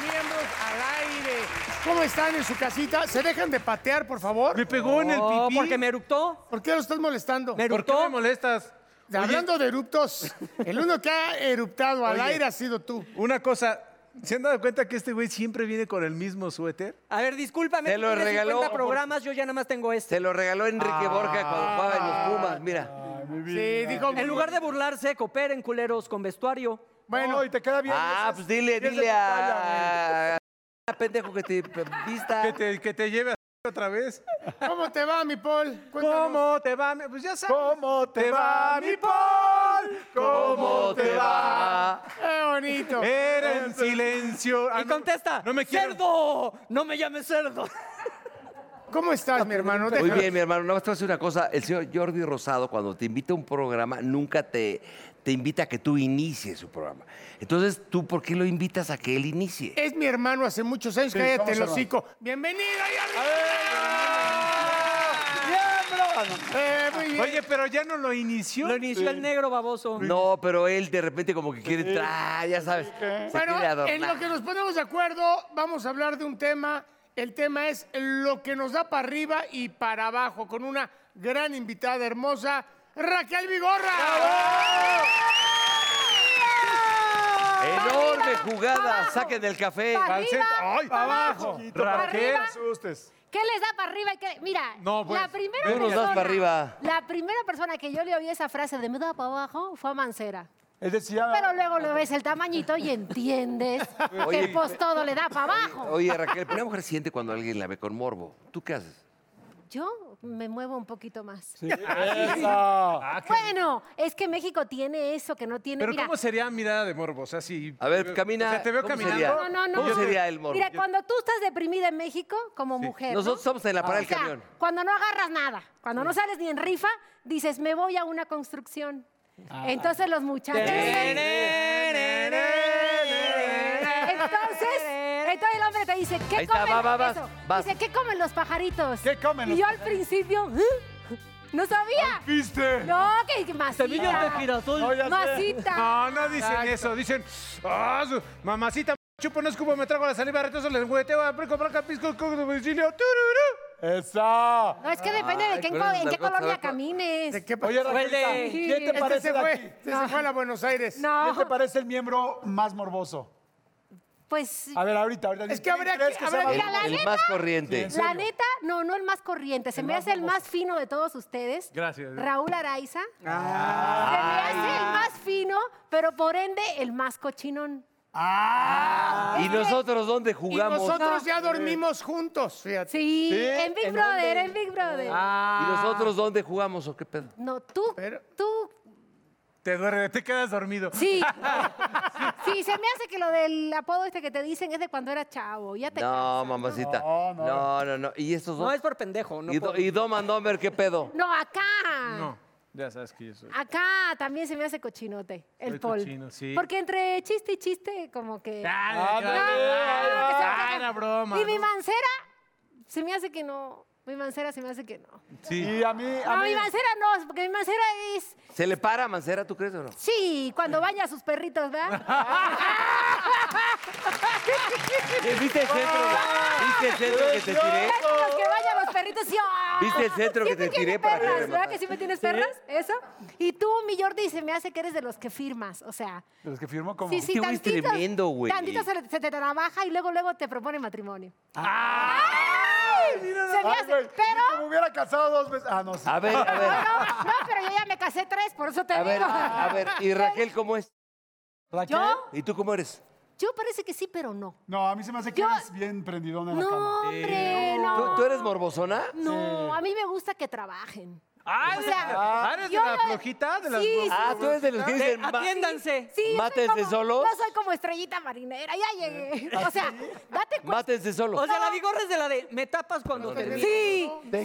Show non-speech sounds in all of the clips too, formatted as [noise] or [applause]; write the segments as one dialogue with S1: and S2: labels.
S1: miembros al aire. ¿Cómo están en su casita? ¿Se dejan de patear, por favor?
S2: Me pegó en el
S3: Oh,
S2: pipí.
S3: porque me eructó.
S1: ¿Por qué lo estás molestando?
S3: Me
S2: ¿Por qué
S3: eructó.
S2: me molestas? Oye,
S1: Hablando de eruptos, el uno que ha eruptado al aire ha sido tú.
S2: una cosa, ¿se han dado cuenta que este güey siempre viene con el mismo suéter?
S3: A ver, discúlpame.
S4: Te
S3: tú
S4: lo
S3: tienes
S4: regaló.
S3: 50 programas, yo ya nada más tengo este.
S4: Se lo regaló Enrique
S5: Ah.
S4: Borja cuando jugaba en los Pumas, mira.
S1: Sí, dijo.
S3: En lugar de burlarse, cooperen culeros con vestuario.
S1: Bueno,
S5: y te queda bien.
S4: Ah,
S5: esas-
S4: pues dile,
S5: pies de
S4: dile
S5: papaya,
S4: a... a [laughs] pendejo que te vista.
S2: Que te, que te lleve a otra vez.
S1: ¿cómo te va, mi Paul? Cuéntanos.
S2: ¿Cómo te va? mi- Pues ya sabes.
S5: ¿Cómo te va, mi Paul? ¿Cómo te va?
S1: Qué bonito.
S2: Era en silencio. Ah,
S3: Y
S2: no,
S3: contesta,
S2: No me quiero.
S3: cerdo, no me
S4: [laughs]
S3: llames cerdo.
S1: ¿Cómo estás, mi hermano?
S4: Muy
S1: Déjalo.
S4: bien, mi hermano. Nada más te voy a decir una cosa. El señor Jordi Rosado, cuando te invita a un programa, nunca te, te invita a que tú inicies su programa. Entonces, ¿tú por qué lo invitas a que él inicie?
S1: Es mi hermano hace muchos años. Cállate el hocico. Bienvenido, Jordi. Eh, muy bien.
S2: Oye, pero ya no lo inició.
S3: Lo inició el negro baboso.
S4: No, pero él de repente como que quiere entrar, ah, ya sabes. se quiere
S1: Bueno, en
S4: adornar.
S1: lo que nos ponemos de acuerdo, vamos a hablar de un tema. El tema es lo que nos da para arriba y para abajo, con una gran invitada hermosa, Raquel Vigorra.
S4: Enorme
S6: Para
S4: jugada.
S6: abajo.
S4: Saquen del café.
S6: Para
S2: Al centro.
S6: arriba,
S2: ¡Ay!
S6: para abajo.
S5: Chiquito, para que
S2: Raquel.
S5: no te asustes.
S6: ¿Qué les da para arriba? y qué- Mira,
S2: No, pues,
S6: la primera
S4: tú nos das
S6: persona,
S4: para arriba.
S6: la primera persona que yo le oí esa frase de me da para abajo fue a Mancera.
S5: Él decía...
S6: Pero luego le ves el tamañito y
S2: [laughs]
S6: entiendes que
S4: Oye,
S6: el post todo le da para abajo.
S4: Oye, Raquel, pero una mujer siente cuando alguien la ve con morbo. ¿Tú qué haces?
S6: Yo me muevo un poquito más. [laughs] Ah,
S5: Eso.
S6: Bueno, es que México tiene eso que no tiene.
S2: Pero
S6: mira,
S2: ¿cómo sería mirada de morbo? O sea, si...
S4: A ver, camina.
S2: O sea, te veo
S4: ¿Cómo
S2: caminando.
S4: sería?
S6: No, no, no.
S4: ¿Cómo sería el morbo?
S6: Mira, cuando tú estás deprimida en México, como mujer. ¿no?
S4: Nosotros somos en la parada
S6: O
S4: del
S6: sea,
S4: camión.
S6: Cuando no agarras nada, cuando no sales ni en rifa, dices, me voy a una construcción.
S5: Ah.
S6: Entonces los muchachos. Entonces, entonces el hombre te dice, ¿qué
S4: Ahí está,
S6: comen?
S4: va, va, vas,
S6: eso?"
S4: vas.
S6: Dice, ¿qué comen los pajaritos?
S5: ¿Qué comen
S6: Y
S5: los
S6: yo al principio, [laughs] "¿Eh? no sabía.
S5: ¿Viste?
S6: No, que masita.
S3: Semillas de girasol.
S5: No, ya sé.
S6: Masita.
S2: No, no dicen eso. Dicen, "Ah, su- mamacita, chupo, no escupo, me trago la saliva, retozo, les hueteo, aplico, braca, pisco, coco, domicilio, tururú.
S5: Eso.
S6: No, es que depende de
S4: Ay,
S6: qué,
S4: pero
S6: co-
S4: es
S6: en qué
S4: algo-
S6: colonia
S4: algo-
S6: camines.
S1: ¿De qué pasó?
S5: Oye, Raquelita,
S3: Huele.
S5: ¿quién te
S1: este
S5: parece
S1: se
S5: de
S1: fue,
S5: aquí?
S1: este se fue a la Buenos Aires.
S5: ¿Quién te
S6: No,
S5: parece el miembro más morboso?
S6: pues
S5: A ver, ahorita, ahorita.
S1: Es que
S5: ¿Quién
S1: habría
S5: crees
S1: que- habría
S4: El,
S6: Mira, la
S4: el
S6: neta.
S4: más corriente.
S5: Sí.
S6: La
S5: serio?
S6: neta, no, no el más corriente. Se me hace el más fino de todos ustedes.
S2: Gracias.
S6: Raúl Araiza.
S5: Ah.
S6: Se me hace el más fino, pero por ende el más cochinón.
S4: ¿Y nosotros dónde
S1: Y
S4: jugamos?
S1: nosotros ya dormimos juntos, fíjate.
S6: Sí, en Big Brother, en Big Brother.
S5: Ah.
S4: ¿Y nosotros dónde jugamos o qué pedo?
S6: No, tú,
S1: Pero-
S6: tú,
S2: Te duerme, te quedas dormido.
S6: sí. [laughs] sí, se me hace que lo del apodo este que te dicen es de cuando era chavo. Ya te
S4: No,
S6: cansas,
S4: mamacita.
S5: No,
S4: No,
S5: no.
S4: no, no. ¿Y estos dos?
S3: No, es por pendejo. No
S4: ¿Y,
S3: por-
S4: Do- y Dom and Domer qué pedo?
S6: No, acá.
S2: No, ya sabes que yo soy.
S6: Acá también se me hace cochinote, el
S2: Soy
S6: Paul.
S2: cochino, sí.
S6: Porque entre chiste y chiste, como que.
S2: Ah,
S6: No, no, no, que se va a
S2: Ah,
S6: cagar.
S2: era broma.
S6: Y mi
S2: ¿no?
S6: mancera, se me hace que no. Mi mancera se me hace que no.
S2: Sí.
S5: Y a mí, a
S6: No,
S5: mí.
S6: mi mancera no, porque mi mancera es.
S4: ¿Se le para a Mancera, tú crees o no?
S6: Sí, cuando baña a sus perritos,
S5: [laughs]
S6: ¿verdad?
S4: ¿Viste el centro? ¿Viste el centro que te tiré?
S6: ¿Sabes los que bañan a los perritos? Sí, ¡ah!
S4: ¿Viste el centro que
S6: Siempre
S4: te
S6: tiene
S4: tiré para que
S6: perras,
S4: te
S6: ¿Verdad
S4: mataras?
S6: que siempre tienes perras? Eso. Y tú, mi Jordi, se me hace que eres de los que firmas. O sea,
S5: De Los que firmo como.
S6: sí, sí,
S4: Este güey es
S6: tantito.
S4: tremendo, güey.
S6: Tantito se, le- se te trabaja y luego, luego te propone matrimonio. ¡Ay!
S5: Mira,
S6: se me
S5: ay,
S6: hace,
S5: güey,
S6: pero-
S5: Si me hubiera casado dos veces. Ah, no, sí.
S4: A ver, a ver,
S6: No, no, pero yo ya me casé tres, por eso te
S4: a
S6: digo.
S4: ver, a ver. ¿Y Raquel cómo es?
S5: Raquel.
S6: Yo,
S4: ¿Y tú cómo eres?
S6: yo parece que sí, pero no.
S5: No, a mí se me hace que
S6: Yo-
S5: eres bien prendidona en la
S6: No,
S5: cama.
S6: hombre, no.
S4: ¿Tú, tú eres morbosona?
S6: No, a mí me gusta que trabajen.
S2: Ah,
S6: O
S2: eres,
S6: sea,
S2: ah, eres de
S6: yo
S2: la
S6: no-
S2: flojita, de las
S6: Sí,
S2: bro-
S4: Ah, tú eres de los que
S3: Eh,
S4: dicen... ma-
S3: Atiéndanse.
S6: Sí, soy
S4: ¿Mátense
S6: como-
S4: solos? Eh.
S6: No soy como estrellita marinera, ya llegué. O sea, date cuenta.
S4: Mátense solo.
S3: O sea, la vigorra es de la de me tapas cuando termino.
S6: Sí, sí, sí,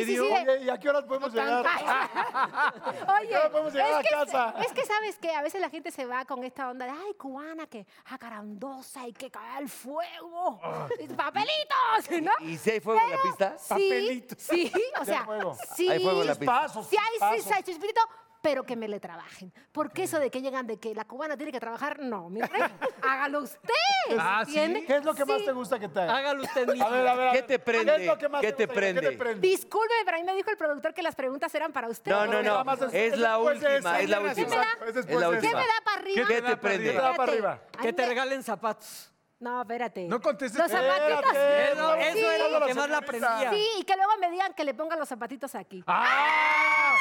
S6: sí, sí, de-
S5: Oye, ¿y a qué horas podemos llegar? [laughs]
S6: Oye,
S5: No podemos llegar a
S6: es, que,
S5: casa.
S6: es que sabes que a veces la gente se va con esta onda de ay cubana que acarandosa y que cae al fuego,
S5: Ah.
S6: papelitos, ¿no?
S4: ¿Y si hay fuego en la pista?
S6: Sí,
S1: Papelitos.
S6: sí, o sea,
S5: fuego.
S6: sí,
S4: Hay fuego en la pista.
S5: Pasos.
S2: Oh,
S6: sí hay sí,
S5: pasos.
S6: sí, hay chispirito, pero que me le trabajen. Porque eso de que llegan de que la cubana tiene que trabajar, no, mi
S2: [laughs]
S6: rey, hágalo usted.
S2: Ah, ¿sí?
S6: ¿entiende?
S5: ¿Qué es lo que más
S6: Sí.
S5: te gusta que te haga?
S3: Hágalo usted mismo.
S5: A ver, a ver, a
S4: ¿Qué
S5: ver.
S4: te prende?
S5: es lo que más
S4: ¿Qué te
S5: gusta? ¿Qué
S4: prende?
S5: te prende?
S6: Disculpe, pero ahí me dijo el productor que las preguntas eran para usted.
S4: No, no,
S5: nada
S4: no.
S5: más es-
S4: Es
S5: es
S4: la
S5: después de
S4: última,
S5: esa.
S4: es la
S5: ¿Qué me
S4: última.
S6: da?
S5: Es
S4: Es
S5: después
S4: la
S5: de
S6: ¿Qué me
S4: última.
S6: da para arriba?
S4: ¿Qué te
S5: ¿Qué
S4: prende?
S5: te da para
S6: Espérate,
S5: arriba?
S6: a mí
S3: Que te
S6: me-
S3: regalen zapatos.
S6: No, espérate.
S2: No contestes.
S6: Los zapatitos.
S5: Espérate,
S3: Eso,
S5: no,
S3: eso
S5: sí.
S3: era lo que
S5: Señorita.
S3: más la aprendía.
S6: Sí, y que luego me digan que le pongan los zapatitos aquí.
S2: ¡Ah!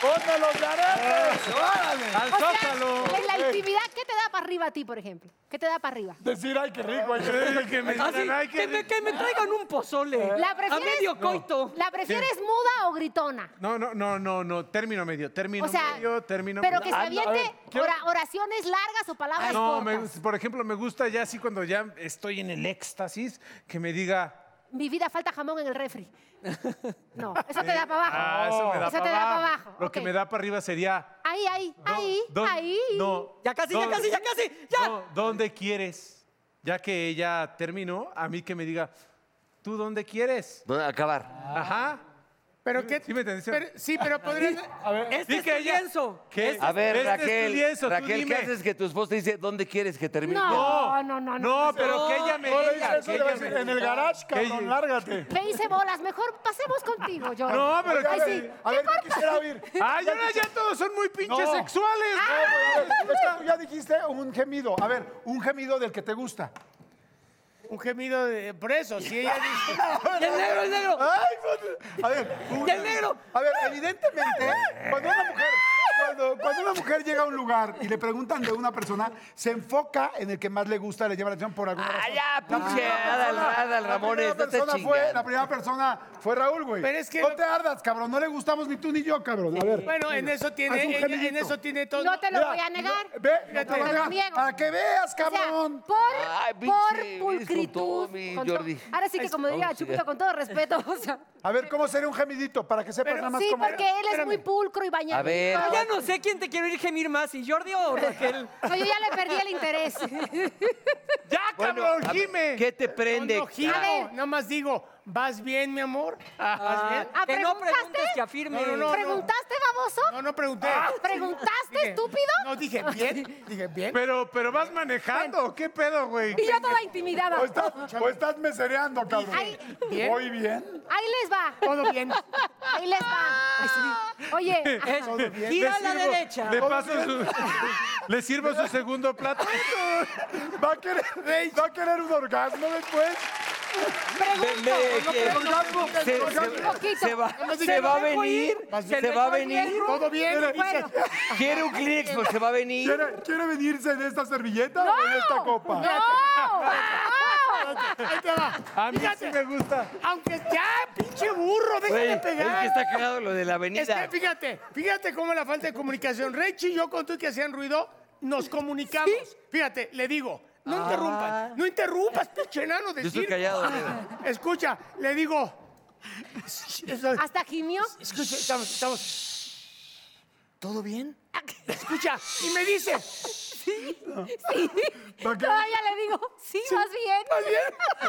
S5: ¡Ponme los aretes!
S2: ¡Al
S6: O sea,
S2: zócalo!
S6: en la intimidad, ¿qué te da para arriba a ti, por ejemplo? ¿Qué te da para arriba?
S5: Decir, ay, qué rico, ay, qué rico.
S2: Que
S6: Ah,
S2: me
S3: Así,
S2: digan, ay,
S3: Ah, que, me,
S2: qué...
S3: que me traigan un pozole.
S6: ¿La
S3: a
S6: prefieres?
S3: medio coito.
S6: ¿La prefieres muda o gritona?
S2: No, no, no, no, no. Término medio. Término
S6: O sea,
S2: medio, término
S6: pero
S2: medio. Ah,
S6: que se
S5: a ver,
S6: aviente
S5: quiero-
S6: ora- oraciones largas o palabras
S2: No, me
S6: cortas.
S2: gus- por ejemplo, me gusta ya así cuando ya estoy en el éxtasis, que me diga,
S6: Mi vida falta jamón en el refri. No, eso te da para abajo.
S2: ah, eso me da
S6: Eso
S2: para
S6: Oh. te da
S2: abajo.
S6: para abajo.
S2: Lo que
S6: ok.
S2: me da para arriba sería...
S6: Ahí, ahí, ahí,
S2: "Do-
S6: ahí.
S2: No.
S3: Ya casi, ya
S2: ¿dónde-
S3: casi, ya casi. Ya.
S2: no, ¿Dónde quieres? Ya que ella terminó, a mí que me diga, ¿tú dónde quieres?
S4: ¿Dónde acabar?
S2: Ajá.
S1: Pero qué-
S2: Sí me entendiste.
S1: pero- sí,
S5: Ah,
S1: pero podrías...
S5: A ver,
S3: Este
S2: Di
S3: es
S2: que
S3: tu
S2: ella-
S3: lienzo.
S2: ¿Qué?
S3: Este-
S4: A ver,
S2: Este es tu
S4: Raquel,
S2: lienzo, tú
S4: Raquel,
S2: dime.
S4: ¿qué haces que tu esposa te dice dónde quieres que termine?
S6: No, no, Ah, no, no.
S2: No, pero que ella me
S5: no le
S2: diga.
S5: dices
S2: que
S5: eso, le vas a
S2: ella
S5: decir,
S2: me-
S5: en el garage,
S2: Que-
S5: cabrón, lárgate.
S6: Me hice bolas, mejor pasemos contigo, yo.
S2: No, pero
S5: Oiga,
S2: que-
S5: a
S6: Ay,
S5: ver,
S6: sí.
S5: a ver, yo quisiera oír.
S2: Ay, ahora ya todos son muy pinches
S5: No.
S2: sexuales.
S5: No, güey, a ver, es que tú ya dijiste un gemido. A ver, un gemido del que te gusta.
S1: Un gemido de preso. Si
S5: Ah,
S1: ella dice...
S3: Y el negro, el negro.
S5: Ay, puta. a ver, un-
S3: Y el negro.
S5: A ver, evidentemente, cuando una mujer. Cuando, cuando una mujer llega a un lugar y le preguntan de una persona, se enfoca en el que más le gusta, le llama la atención por alguna
S4: Ah,
S5: razón.
S4: ya,
S5: La
S4: pinche
S5: primera
S4: Adal-
S5: persona-
S4: Adal
S5: la
S4: Ramones,
S5: primera
S4: no te
S5: persona fue,
S4: chingas.
S5: La primera persona fue Raúl, güey.
S1: Pero es que
S5: No
S1: lo-
S5: te ardas, cabrón. No le gustamos ni tú ni yo, cabrón. A ver.
S1: Bueno, en eso tiene...
S5: Haz un
S1: ella- en
S5: gemidito.
S1: eso tiene todo...
S6: No te lo
S5: Mira,
S6: voy a negar.
S5: Ve,
S1: Fíjate.
S5: no te lo
S6: Te
S5: voy
S6: lo
S5: a negar.
S6: niego.
S5: Para que veas,
S6: O sea,
S5: cabrón.
S6: por,
S4: Ay, pinche, vienes
S6: por
S4: con
S6: pulcritud.
S4: todo, mi
S6: con to-
S4: Jordi.
S6: Ahora sí que, como diría Chupito, con todo respeto, o sea.
S5: A ver, ¿cómo sería un gemidito? Para que sepas
S1: Pero-
S5: nada más
S6: Sí,
S5: cómo.
S6: porque él es
S1: espérame.
S6: muy pulcro y bañado.
S4: A ver.
S3: Ya no sé quién te quiero ir gemir más, si Jordi o Raquel.
S6: No, yo ya le perdí el interés.
S2: ¡Ya,
S4: Bueno,
S2: cabrón,
S4: a ver,
S2: gime!
S4: ¿Qué te prende?
S1: No, no, gimo,
S4: Ah,
S6: ver.
S1: nada más digo, ¿vas bien, mi amor? ¿Vas bien?
S6: Ah,
S3: que no
S6: ¿preguntaste?
S3: preguntes, que afirme.
S1: No, no, no.
S6: ¿Preguntaste, baboso?
S1: No, no pregunté.
S6: ¿Preguntaste,
S1: Dije-
S6: Ah, estúpido?
S1: No, dije,
S6: [laughs]
S1: ¿bien? Dije, ¿bien?
S2: Pero, pero vas manejando, ¿qué pedo, güey?
S6: Y yo toda intimidada.
S5: O [laughs] estás, o estás mesereando, cabrón.
S6: Ay.
S1: Bien.
S5: Muy bien.
S6: Ahí les va.
S1: Todo bien.
S6: Ahí les va. Oye,
S3: Es- gira a la derecha.
S2: Le paso su, le sirvo su segundo plato.
S5: Va a querer, va a querer un orgasmo después.
S6: pregunto.
S5: El orgasmo, el
S4: se-
S5: orgasmo.
S4: se-
S6: poquito.
S4: Ah, se va,
S1: Nomás dije,
S4: se va a
S1: "Lo dejo
S4: venir,
S1: ir, más bien,
S4: se
S1: "Lo
S4: va a
S1: dejo ir".
S4: venir.
S1: Todo bien. dice.
S6: Bueno,
S4: Quiere un Kleenex, pero se va a venir.
S5: ¿Quiere, quiere venirse en esta servilleta o en esta copa?
S6: ¡No! ¡No!
S1: Ahí te va.
S2: A mí sí
S1: Fíjate,
S2: me gusta.
S1: aunque ya, pinche burro,
S4: Güey,
S1: déjame
S4: es
S1: pegar.
S4: que está cagado lo de la avenida.
S1: Es que fíjate, fíjate cómo la falta de comunicación. Rechi y yo con tú que hacían ruido, nos comunicamos. Fíjate, le digo, no interrumpas, no interrumpas, pinche enano de
S4: Ah. Yo estoy
S1: circo.
S4: callado, nena.
S1: [laughs] Escucha, le digo. eso-
S4: Ah,
S6: ¿Hasta gimió?
S1: Escucha, estamos, estamos. ¿Todo bien? Escucha, y me dice,
S6: Sí.
S5: ¿Para qué?
S6: Todavía le digo, sí, más bien.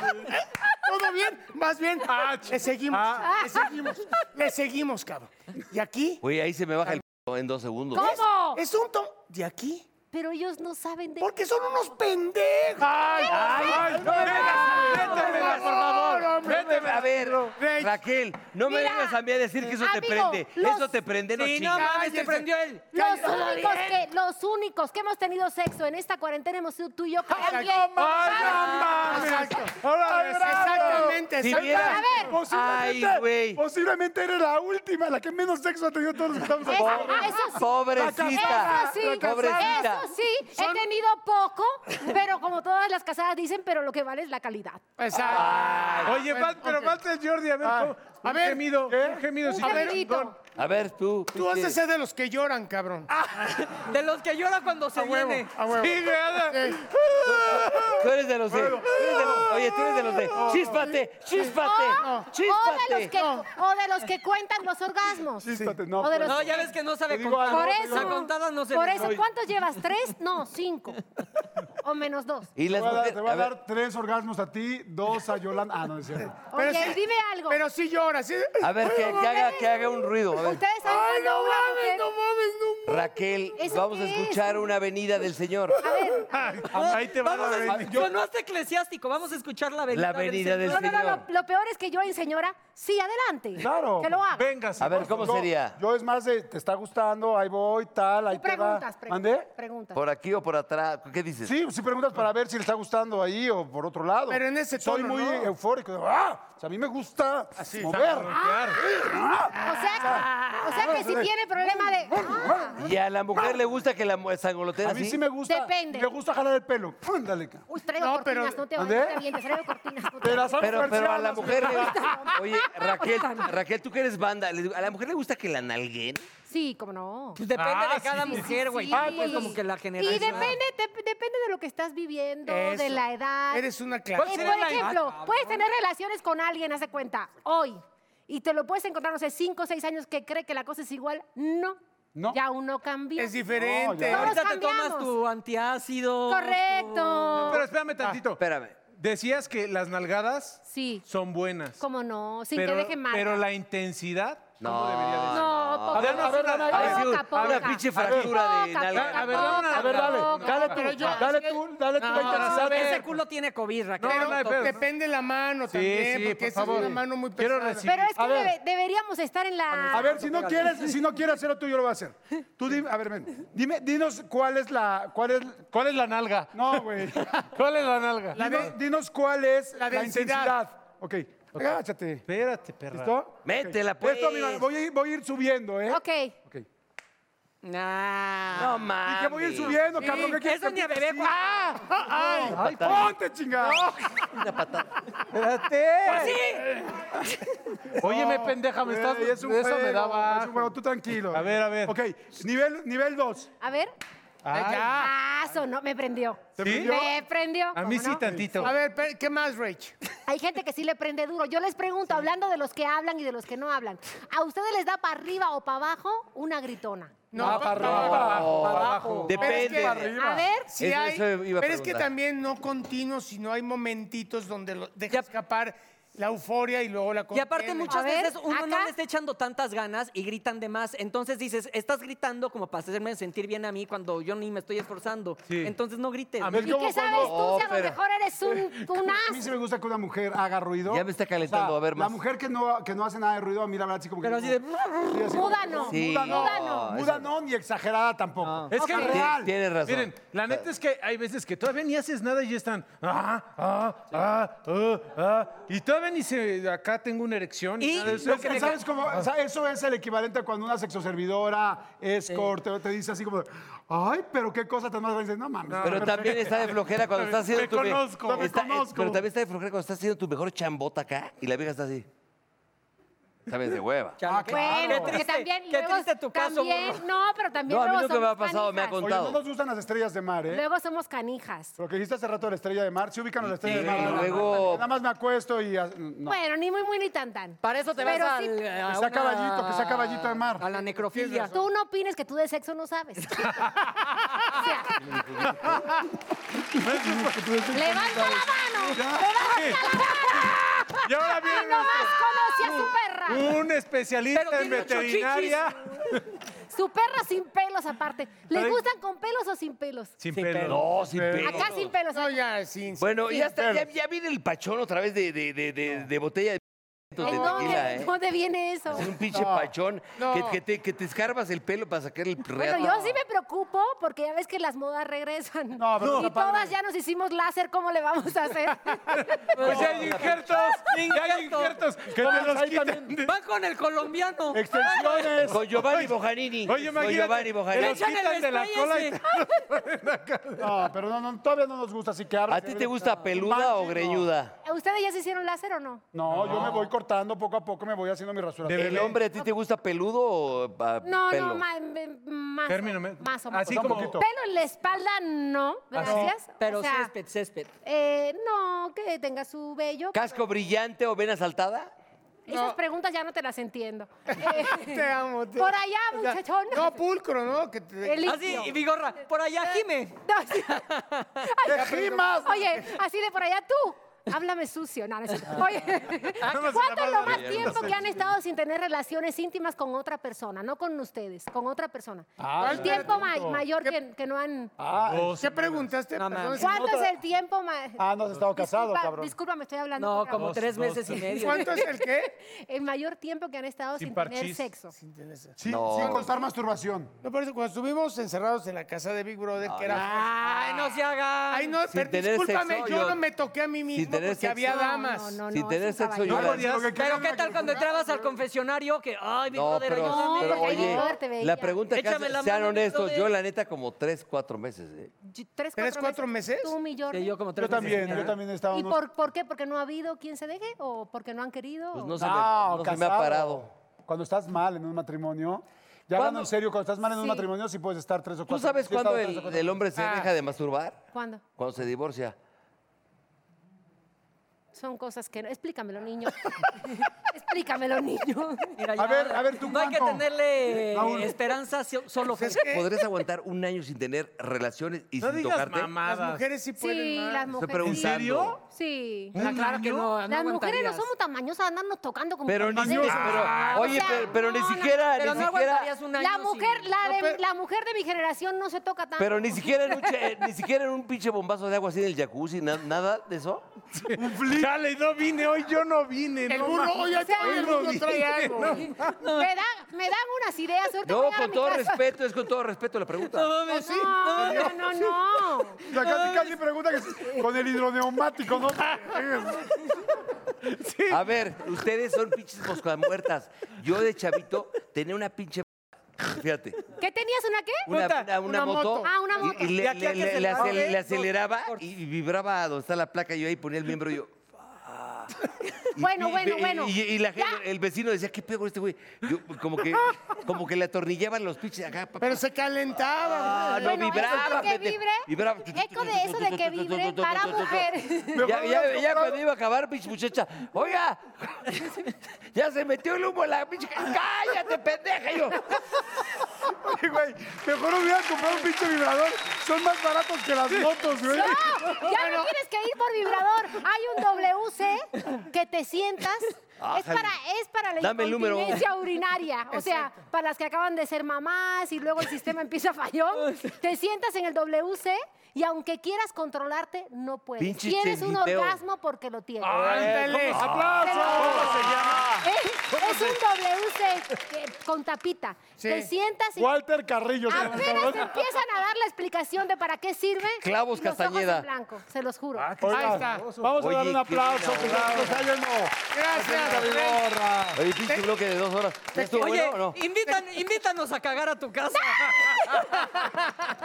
S1: ¿Más bien? [laughs] ¿Todo bien? ¿Más bien?
S4: Ah,
S1: le seguimos, le seguimos, le seguimos, cabrón.
S4: [laughs]
S1: Y aquí
S4: Güey, ahí se me baja el c en dos segundos.
S6: ¿Cómo?
S1: es un tom... ¿De aquí?
S6: Pero ellos no saben de
S1: Porque son unos pendejos.
S2: ¡Ay, ay! ¡No me digas! ¡Vétemela, por favor! ¡Vétemela!
S4: A ver,
S1: Rey.
S4: Raquel, no me
S6: Mira,
S4: vengas a mí a decir que eso te
S6: amigo,
S4: prende.
S6: los-
S4: Eso te prende, no
S3: Sí, no
S4: chingas.
S3: mames,
S6: este-
S3: te prendió él.
S6: Los únicos, que, los únicos que hemos tenido sexo en esta cuarentena hemos sido tú y yo. que alguien-
S2: ¡Ay, no mames!
S1: Exacto.
S2: ¡Ahora
S1: Pues Exactamente,
S4: Si
S1: exacto.
S4: vieras-
S6: A ver.
S5: Posiblemente,
S4: Ay, güey.
S5: posiblemente eres la última, la que menos sexo ha tenido todos los que estamos aquí.
S6: Esa- ah, eso sí.
S4: Pobrecita.
S6: Eso sí,
S4: Pobrecita.
S6: eso sí, he tenido poco, pero como todas las casadas dicen, pero lo que vale es la calidad.
S1: Exacto.
S2: Oye,
S1: Bueno,
S2: Pat, pero
S1: ok.
S2: mata el Jordi, a ver cómo.
S1: a
S2: un
S1: ver,
S2: gemido,
S5: ¿qué?
S2: un gemido. sí,
S6: Un
S2: perdón.
S6: gemidito.
S4: A ver, tú.
S1: Tú
S4: pinche-
S1: haces ser de los que lloran, cabrón.
S2: Ah,
S3: De los que llora cuando se viene.
S1: a huevo.
S2: Sí, güey, anda.
S4: Tú eres de los de. tú eres de los- Oye, tú eres de los de. Chíspate, chíspate,
S6: O de los
S4: chíspate.
S6: que, o de los que cuentan los orgasmos.
S5: Chíspate,
S4: [laughs]
S5: no,
S6: O de los-
S3: No, ya ves que no sabe
S5: digo
S3: contar.
S5: algo,
S6: Por
S5: te
S3: La
S6: eso,
S3: contada no se
S6: por
S3: le
S6: eso,
S3: doy.
S6: ¿cuántos llevas? ¿Tres? No, cinco. o menos dos.
S4: Y
S5: Te
S4: las
S5: voy a dar,
S4: mujeres.
S5: te voy a
S4: a ver,
S5: dar tres orgasmos a ti, dos a Yolanda. Ah, no es cierto.
S1: [laughs] Pero
S6: Oye,
S1: sí-
S6: y dime algo.
S1: Pero sí llora, sí.
S4: a ver, que, que haga, que haga un ruido. a ver.
S6: Ustedes saben
S1: Ay,
S6: cuando
S1: no
S6: una
S1: mames,
S6: mujer-
S1: no mames, no mames.
S4: Raquel,
S6: ¿Eso
S4: vamos a
S6: qué es?
S4: escuchar una venida del Señor.
S6: A ver,
S2: Ahí te va
S3: vamos
S2: la
S3: a
S2: bendición.
S3: escuchar, no hasta eclesiástico, vamos a escuchar la venida,
S4: La venida del
S6: no, no, no,
S4: Señor.
S6: lo, lo peor es que yo en señora, sí, adelante.
S5: Claro.
S6: Que lo haga.
S2: Véngase.
S4: A ver, [laughs] ¿cómo
S5: Yo-
S4: sería?
S5: Yo es más de, te está gustando, ahí voy, tal, ahí
S6: Tú
S5: te va.
S6: preguntas, pre-
S5: ¿Mandé?
S6: preguntas.
S4: ¿Por aquí o por atrás? ¿Qué dices?
S5: Sí, sí preguntas para ver si le está gustando ahí o por otro lado.
S1: Pero en ese
S5: Soy
S1: tono,
S5: muy
S1: ¿no?
S5: eufórico. ¡Ah! O sea, a mí me gusta mover.
S6: O sea, o sea que si tiene problema de. Ah,
S4: Y a la mujer le gusta que la mu- sangoloteen
S5: A mí
S4: así.
S5: sí me gusta.
S6: Depende.
S5: Me gusta jalar el pelo. Ándale. ca-
S6: uy, traigo
S1: No, pero-
S6: cortinas, no te
S5: ¿Mandé?
S6: vayas, no te avientes, traigo cortinas. No te
S5: Te las
S6: avientes.
S5: hago
S4: Pero, pero a la
S5: persianas.
S4: mujer
S5: [laughs]
S4: le gusta. Oye, Raquel, Raquel, tú que eres banda, le digo, a la mujer le gusta que la nalguen.
S6: Sí, como no.
S3: Pues depende de cada mujer, güey.
S6: Sí.
S3: Ah, pues como que la generación.
S6: Y depende, dep- depende de lo que estás viviendo,
S1: Eso.
S6: de la edad.
S1: Eres una
S6: Eh,
S1: clase.
S3: ¿Cuál
S6: por
S3: será la edad,
S6: ejemplo,
S3: cabrón?
S6: puedes tener relaciones con alguien, hace cuenta, hoy, y te lo puedes encontrar, no sé, cinco o seis años que cree que la cosa es igual. No.
S5: No.
S6: Ya uno cambió.
S1: Es diferente.
S5: No, ya.
S3: Ahorita
S6: Todos
S3: te tomas
S6: cambiamos.
S3: tu antiácido.
S6: Correcto.
S2: Pero espérame tantito.
S4: Espérame.
S2: Decías que las nalgadas
S6: Sí.
S2: son buenas.
S6: Como no, sin
S2: pero,
S6: que deje mal.
S2: pero la intensidad, ¿cómo
S4: No.
S2: debería de ser?
S6: No, poca,
S5: A ver, a ver,
S6: poca,
S5: dame,
S4: Ay, sí,
S6: poca, poca.
S4: una pinche fractura de
S6: Poca,
S4: nalga.
S6: poca,
S2: A ver, dame una-
S6: poca,
S5: A ver, dale.
S6: poca.
S5: dale
S1: pero
S5: tú.
S1: yo-
S5: dale
S1: es que-
S5: tú, dale tú
S1: No,
S5: la intensidad.
S3: Ese culo tiene COVID, Raquel.
S2: No, no hay pedo.
S1: Depende la mano también,
S2: sí,
S1: porque
S2: por
S1: esa es
S2: favor.
S1: una mano muy pesada.
S2: Quiero recibir.
S6: Pero es que
S5: A ver.
S6: debe- deberíamos estar en la...
S5: A ver, si no quieres, si no quieres hacerlo tú, yo lo voy a hacer. Tú dime, a ver, ven. Dime, dinos cuál es la, cuál es,
S2: ¿Cuál es la nalga?
S5: no, [laughs] güey.
S2: ¿Cuál es la nalga?
S5: Dino- dinos, cuál es la,
S1: densidad.
S5: intensidad. Ok, agáchate.
S2: Espérate, perra.
S5: ¿Listo?
S4: Métela,
S5: Esto,
S4: pues.
S5: mira, voy a ir, voy a ir subiendo, ¿eh?
S6: Ok.
S5: Ok. Y
S3: Nah.
S4: No mames.
S5: que voy a ir subiendo, cabrón. ¿Qué quieres
S3: Eso
S5: que
S3: ni a
S5: pida
S3: bebé.
S5: así?
S3: güey.
S5: ¡Ay! ay, ¡Ponte, chingada!
S1: Pues
S2: Espérate. Óyeme, pendeja, me
S5: Güey,
S2: estás.
S5: Eh, es un
S2: eso me
S5: juego,
S2: daba.
S5: Es un juego, tú tranquilo.
S2: A ver, a ver.
S5: Ok, nivel, nivel 2.
S6: A ver.
S2: Ah,
S6: Ah, sonó, me prendió.
S2: ¿Sí?
S6: Me prendió.
S2: A mí
S6: ¿cómo
S2: sí,
S6: no?
S2: tantito.
S1: A ver, pe- ¿qué más, Rach?
S6: Hay gente que sí le prende duro. Yo les pregunto, hablando de los que hablan y de los que no hablan, ¿a ustedes les da para arriba o para abajo una gritona?
S1: No,
S5: Ah, para arriba, para abajo, para abajo.
S4: Depende.
S1: Pero es que-
S6: A ver,
S1: Si
S4: Eso-
S1: hay,
S4: eso iba a
S1: pero es que
S4: preguntar.
S1: también no continuo, sino hay momentitos donde lo, deja
S3: Ya.
S1: escapar la euforia y luego la
S3: Y aparte
S1: contienes.
S6: A
S3: muchas
S6: ver,
S3: veces uno no
S6: acá.
S3: le está echando tantas ganas y gritan de más. Entonces dices, estás gritando como para hacerme sentir bien a mí cuando yo ni me estoy esforzando.
S2: Sí.
S3: Entonces no grites.
S5: A ver,
S6: ¿y qué
S5: ¿cómo
S6: sabes tú si a
S4: No,
S6: lo
S4: pero-
S6: mejor eres un, un
S5: A mí
S6: as?
S5: sí me gusta que una mujer haga ruido.
S4: Ya me está calentando, a ver,
S5: La
S4: más.
S5: mujer que no, que no hace nada de ruido, a mí la verdad sí como que...
S3: Pero así de...
S5: Sí, así como-
S6: Muda no.
S4: Sí.
S6: Muda
S4: Ah.
S6: no.
S4: Muda no.
S5: Muda no, ni exagerada tampoco.
S2: Es que
S6: Ok.
S4: Ti-
S5: real.
S4: Tienes razón.
S2: Miren, la neta es que hay veces que todavía ni haces nada y ya están. Ah, ah, ah, ah, ah. Y todavía ni se. Acá tengo una erección.
S3: Y
S2: nada de eso.
S5: Lo que ¿Sabes cómo? O sea, eso es el equivalente a cuando una sexoservidora, escort, te, te dice así como, ay, pero qué cosa tan más grande. No mames.
S4: Pero también está de flojera cuando estás haciendo
S2: Me
S4: tu me-
S2: conozco.
S5: Me
S4: está- eh,
S5: conozco.
S4: Pero también está de flojera cuando estás haciendo tu mejor chambota acá y la vieja está así. Sabes de hueva.
S5: Ah, claro.
S6: Bueno,
S5: Qué
S6: porque también
S3: qué
S6: luego
S3: triste tu caso,
S6: también,
S3: burro.
S6: no, pero también
S4: No, a mí
S6: luego
S4: nunca me
S6: somos
S4: ha pasado, me ha
S6: canijas.
S5: Oye, no
S4: contado.
S5: nos gustan las estrellas de mar, ¿eh?
S6: Luego somos canijas.
S5: Lo que dijiste hace rato de la estrella de mar, si ubican a la estrella de
S4: y
S5: mar. nada más.
S4: luego-
S5: Nada más me acuesto y... as- no.
S6: Bueno, ni muy muy ni tan tan.
S3: Para eso te
S6: Pero
S3: vas
S6: sí-
S3: al... a
S5: Que sea
S3: una-
S5: caballito, que sea caballito de mar.
S3: A la necrofilia.
S6: Tú no opines que tú de sexo no sabes. [laughs] O sea, levanta la mano. Levanta la mano.
S2: Y ahora
S3: [laughs]
S2: viene
S6: Nomás conoce a su perra.
S5: Uh.
S2: Un especialista
S3: Pero
S2: en
S3: tiene ocho
S2: veterinaria.
S6: Su perra sin pelos aparte. ¿Le gustan con pelos o sin pelos?
S2: Sin pelo.
S4: No, sin pelo.
S6: Acá sin pelos.
S1: No, ya, sin...
S4: Bueno, ya, está, ya, ya viene el pachón otra vez de, de, de, de, de botella de, de
S6: ¿En
S4: tequila,
S6: dónde,
S4: ¿eh?
S6: dónde viene eso?
S4: Es un pinche pachón
S1: No.
S4: que, que te, que te escarbas el pelo para sacar el
S6: Bueno,
S4: reato.
S6: yo sí me preocupo porque ya ves que las modas regresan.
S5: No, pero
S6: y
S5: está padre.
S6: todas ya nos hicimos láser, ¿cómo le vamos a hacer? [laughs]
S2: Pues ya hay injertos. Ya hay injertos.
S3: Injertos.
S2: Que te los
S5: ahí
S2: quiten.
S5: también-
S3: Van con el colombiano.
S5: Extensiones.
S4: Con Giovanni Bojanini.
S2: Oye,
S4: con
S2: imagínate.
S4: Giovanni
S2: te
S4: Bojanini.
S2: los
S3: Echan el
S2: quitan de la
S3: spray
S2: cola y
S3: ese.
S5: No, pero no, no, todavía no nos gusta, así que ahora-
S4: ¿A ti te gusta peluda o
S5: Manchi, no.
S4: greñuda?
S6: ¿Ustedes ya se hicieron láser o no?
S5: No, yo me voy cortando poco a poco, me voy haciendo mi rasura.
S2: De-
S4: ¿El
S2: bebé.
S4: hombre a ti te gusta peludo o a
S6: No,
S4: pelo?
S6: no, más. más
S2: Término medio.
S6: Más o
S2: Así
S6: menos.
S2: como-
S6: Pelo en la espalda, no, gracias.
S3: Pero
S6: O sea,
S3: césped, césped.
S6: eh, no, que tenga su vello.
S4: ¿Casco brillante o vena saltada?
S6: Esas preguntas ya no te las entiendo. Eh,
S1: [laughs] Te amo. te-
S6: Por allá,
S1: o sea,
S6: muchachón.
S1: No, pulcro, ¿no? Que te-
S6: El
S3: Así,
S6: litio.
S3: y Vigorra, por allá, Jime.
S6: No, sí. Ay,
S5: ¡Te gimas!
S6: Oye, así de por allá tú. Háblame sucio, no, no es cierto. Oye,
S2: Nada más
S6: ¿cuánto es
S2: la
S6: lo
S2: madre.
S6: más tiempo que han estado sin tener relaciones íntimas con otra persona? No con ustedes, con otra persona. el tiempo ma- mayor que, que no han...
S1: ¿Qué preguntaste?
S3: No,
S1: Perdón,
S3: mames.
S1: si no-
S6: ¿Cuánto es el tiempo más...?
S5: Ah, no has estado casado, cabrón.
S6: Disculpa, me estoy hablando.
S3: No,
S6: por
S3: como
S6: amor.
S3: tres meses y medio.
S1: ¿Cuánto es el qué?
S6: El mayor tiempo que han estado sin,
S2: Sin
S6: tener
S2: parchís.
S6: sexo.
S5: Sí,
S4: No.
S5: Sin contar masturbación.
S1: [laughs] No, por eso, cuando estuvimos encerrados en la casa de Big Brother, que era...
S3: Ay, no se hagan.
S1: Ay, no,
S4: Sin
S1: pero
S4: tener
S1: discúlpame,
S4: sexo,
S1: yo,
S4: yo-
S1: no me toqué a mí mismo
S4: tener
S1: porque
S4: sexo.
S1: había
S6: No,
S1: damas.
S6: no, no,
S4: Sin
S6: no,
S4: tener
S6: es un
S4: sexo,
S6: caballero.
S4: yo la-
S5: Lo que
S3: Pero
S5: quieran,
S3: ¿qué
S5: lo
S3: tal
S5: que
S3: cuando
S5: quieran.
S3: entrabas al confesionario que, ay, mi
S4: No,
S3: brother,
S4: pero,
S6: ayúdame,
S4: pero
S6: porque
S4: oye,
S6: ayer te veía.
S4: la pregunta que
S3: Échame
S4: hacen,
S3: la
S4: sean
S3: mano,
S4: honestos,
S3: brother.
S4: yo la neta como tres, cuatro meses. ¿eh?
S6: Yo- ¿Tres,
S1: ¿Tres,
S6: cuatro,
S1: cuatro meses?
S6: Tú, mi Jordi.
S3: Que yo como
S5: Yo
S3: tres
S5: también,
S3: meses.
S5: yo también he estado.
S6: ¿Y
S5: unos-
S6: por, por qué? ¿Porque no ha habido quien se deje o porque no han querido?
S4: Pues
S6: o-
S4: no se,
S5: No,
S4: me, no se me ha
S5: casado.
S4: parado.
S5: Cuando estás mal en un matrimonio, ya
S4: ¿Cuándo?
S5: hablando en serio, cuando estás mal en un
S6: Sí.
S5: matrimonio, sí puedes estar tres o cuatro.
S4: ¿Tú sabes
S5: sí he estado
S4: cuándo
S5: tres o
S4: el,
S5: cuatro-
S4: el hombre se
S1: Ah.
S4: deja de masturbar?
S6: ¿Cuándo?
S4: Cuando se divorcia.
S6: Son cosas que no. Explícamelo, niño. [laughs] Explícamelo, niño.
S3: Mira,
S5: A ver, a ver, ¿tú
S3: No hay que
S5: cuánto?
S3: tenerle
S5: Raúl.
S3: esperanza si- solo fe.
S1: Es que
S4: ¿Podrías aguantar un año sin tener relaciones y
S2: No
S4: sin
S2: digas
S4: tocarte?
S1: las
S2: mamadas.
S1: mujeres sí pueden
S6: Sí,
S1: más.
S6: las
S4: Estoy
S6: mujeres.
S4: preguntando.
S2: serio?
S6: Sí.
S3: Ah, claro que no, no
S6: Las mujeres no
S3: aguantarías.
S6: somos tan mañosas de andarnos tocando como
S4: Pero ni
S6: pendejos.
S4: siquiera, pero, oye,
S6: O sea,
S4: pero, pero ni
S6: no, no,
S4: siquiera,
S3: Pero
S4: ni
S3: no
S4: siquiera,
S3: aguantarías un año
S6: La mujer,
S3: sin-
S6: la, de,
S1: pero-
S6: la mujer de mi generación no se toca tanto.
S4: pero ni siquiera en un, che- eh, ni siquiera en un pinche bombazo de agua así en el jacuzzi, na- nada de eso.
S2: Chale, no vine hoy, yo no vine.
S1: El
S2: no
S1: burro,
S2: mames.
S1: oye,
S6: O sea,
S1: hoy el burro trae algo.
S6: [laughs] Me dan, me dan unas ideas. ahorita
S4: No,
S6: voy a
S4: con
S6: mi
S4: todo
S6: casa.
S4: respeto, es con todo respeto la pregunta.
S3: No, mames.
S6: No, no, no, no.
S5: Ya casi, casi pregunta que si- con el hidroneumático, ¿no? [laughs]
S4: A ver, ustedes son pinches moscas muertas. Yo de chavito tenía una pinche. Fíjate,
S6: ¿Qué tenías una qué?
S4: una,
S2: Puta,
S4: una- una
S1: una
S4: moto.
S1: moto.
S6: Ah, una
S4: y-
S6: moto.
S4: Y, le,
S2: De aquí a que
S4: le-
S2: se
S4: le
S2: la
S4: acel-
S2: abre,
S4: le
S2: no,
S4: aceleraba y y vibraba donde está la placa. Yo ahí ponía el miembro y yo. Y-
S6: Bueno,
S4: y-
S6: bueno,
S4: y-
S6: bueno.
S4: Y, y la
S6: Ya.
S4: gente- el vecino decía, ¿qué pedo con este güey? Yo, como que, como que le atornillaban los pinches acá. pa-
S1: Pero se [laughs] calentaba.
S4: Ah, no,
S6: Bueno, eso
S4: vibraba,
S6: de que
S4: pete-
S6: vibre,
S4: vibraba.
S6: eco de eso de que vibre para
S4: [laughs]
S6: mujer.
S4: Ya, ya, ya cuando iba a acabar, pinche muchacha, oiga, [laughs] ya se metió el humo en la pinche. ¡Cállate, pendeja! Y Yo,
S5: Oye, güey, mejor hubiera comprado un pinche vibrador. Son más baratos que las motos, güey.
S6: ¡No! Ya no tienes que ir por vibrador. Hay un WC que te sientas.
S4: Ah,
S6: Es para, es para la
S4: Dame el número.
S6: incontinencia urinaria. O sea, para las que acaban de ser mamás y luego el sistema empieza a
S4: [laughs]
S6: fallar. Te sientas en el WC y aunque quieras controlarte, no puedes.
S4: Pinche Ah,
S6: tienes un
S4: chismiteo.
S6: orgasmo porque lo tienes.
S1: Ándale.
S6: ¿Eh? Es un WC que- con tapita.
S1: Sí.
S6: Te sientas y
S5: Walter Carrillo. se llama el
S6: apenas te
S5: cabrón.
S6: empiezan a dar la explicación de para qué sirve.
S4: Clavos
S6: y los ojos
S4: Castañeda. Ah,
S6: en blanco, se los juro.
S1: Ahí está.
S5: Vamos
S4: Oye,
S5: a dar un
S4: qué
S5: aplauso.
S4: buena
S5: que ya nos ha llenado.
S1: Gracias. Rey.
S5: Vigorra.
S4: Oye, pinche bloque de dos horas. ¿Ya estuvo
S3: Oye,
S4: bueno o no?
S3: invitan- invítanos a cagar a tu casa.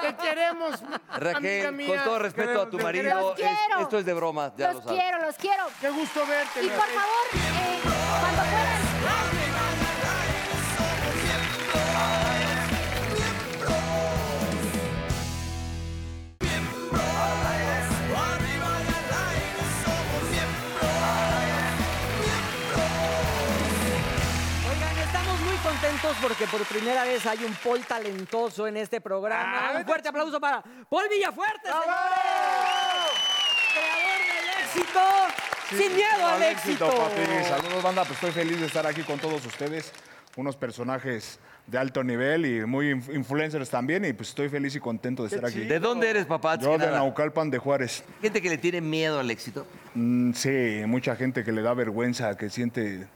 S1: Te [laughs] queremos, amiga
S4: Raquel,
S1: mía.
S4: con todo respeto a tu marido,
S6: Los
S4: es-
S6: quiero.
S4: esto es de broma, ya
S6: los
S4: lo sabes.
S6: quiero, los quiero.
S1: Qué gusto verte.
S6: Y
S1: mi
S6: por
S1: Rey.
S6: favor, eh, cuando puedan.
S3: Oigan, estamos muy contentos porque por primera vez hay un Paul talentoso en este programa.
S7: Ah,
S3: un fuerte aplauso para Paul Villafuerte, señores. Creador del éxito. Sin miedo al éxito.
S7: papi. Saludos, banda. Pues estoy feliz de estar aquí con todos ustedes. Unos personajes de alto nivel y muy inf- influencers también. Y pues estoy feliz y contento de estar aquí.
S4: ¿De dónde eres, papá? Antes
S7: Yo
S4: que
S7: de
S4: nada.
S7: Naucalpan de Juárez.
S4: Gente que le tiene miedo al éxito.
S7: Mm, sí, mucha gente que le da vergüenza, que siente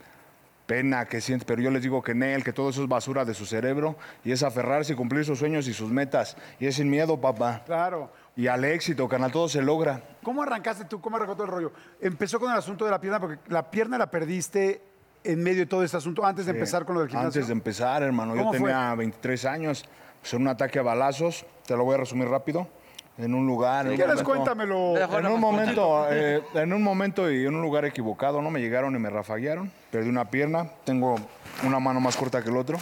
S7: pena, que siente, pero yo les digo que Nel, que todo eso es basura de su cerebro y es aferrarse y cumplir sus sueños y sus metas. Y es sin miedo, papá.
S5: Claro.
S7: Y al éxito, carnal, todo se logra.
S5: ¿Cómo arrancaste tú? ¿Cómo arrancó todo el rollo? Empezó con el asunto de la pierna, porque la pierna la perdiste en medio de todo este asunto antes de empezar con lo del gimnasio.
S7: Antes de em- empezar, hermano, yo
S5: ¿Cómo fue?
S7: tenía 23 años, pues en un ataque a balazos, te lo voy a resumir rápido, en un lugar... en
S5: Si
S7: un
S5: quieres,
S7: momento-
S5: cuéntamelo.
S7: En un momento, eh, en un momento y en un lugar equivocado, ¿no? Me llegaron y me rafaguearon, perdí una pierna, tengo una mano más corta que el otro,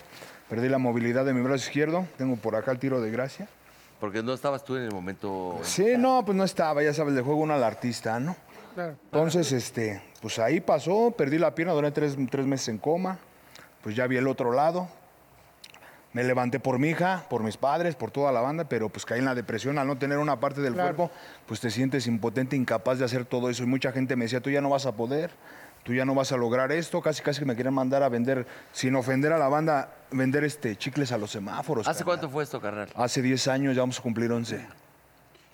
S7: perdí la movilidad de mi brazo izquierdo, tengo por acá el tiro de gracia.
S4: Porque no estabas tú en el momento.
S7: Sí, no, pues no estaba, ya sabes, le juego uno al artista, ¿no? Entonces, este, pues ahí pasó, perdí la pierna, duré tres, tres meses en coma, pues ya vi el otro lado. Me levanté por mi hija, por mis padres, por toda la banda, pero pues caí en la depresión al no tener una parte del cuerpo, pues te sientes impotente, incapaz de hacer todo eso. Y mucha gente me decía, tú ya no vas a poder, tú ya no vas a lograr esto. Casi, casi que me quieren mandar a vender, sin ofender a la banda, vender este chicles a los semáforos.
S4: ¿Hace
S7: carnal.
S4: cuánto fue esto, carnal?
S7: Hace 10 años, ya vamos a cumplir 11.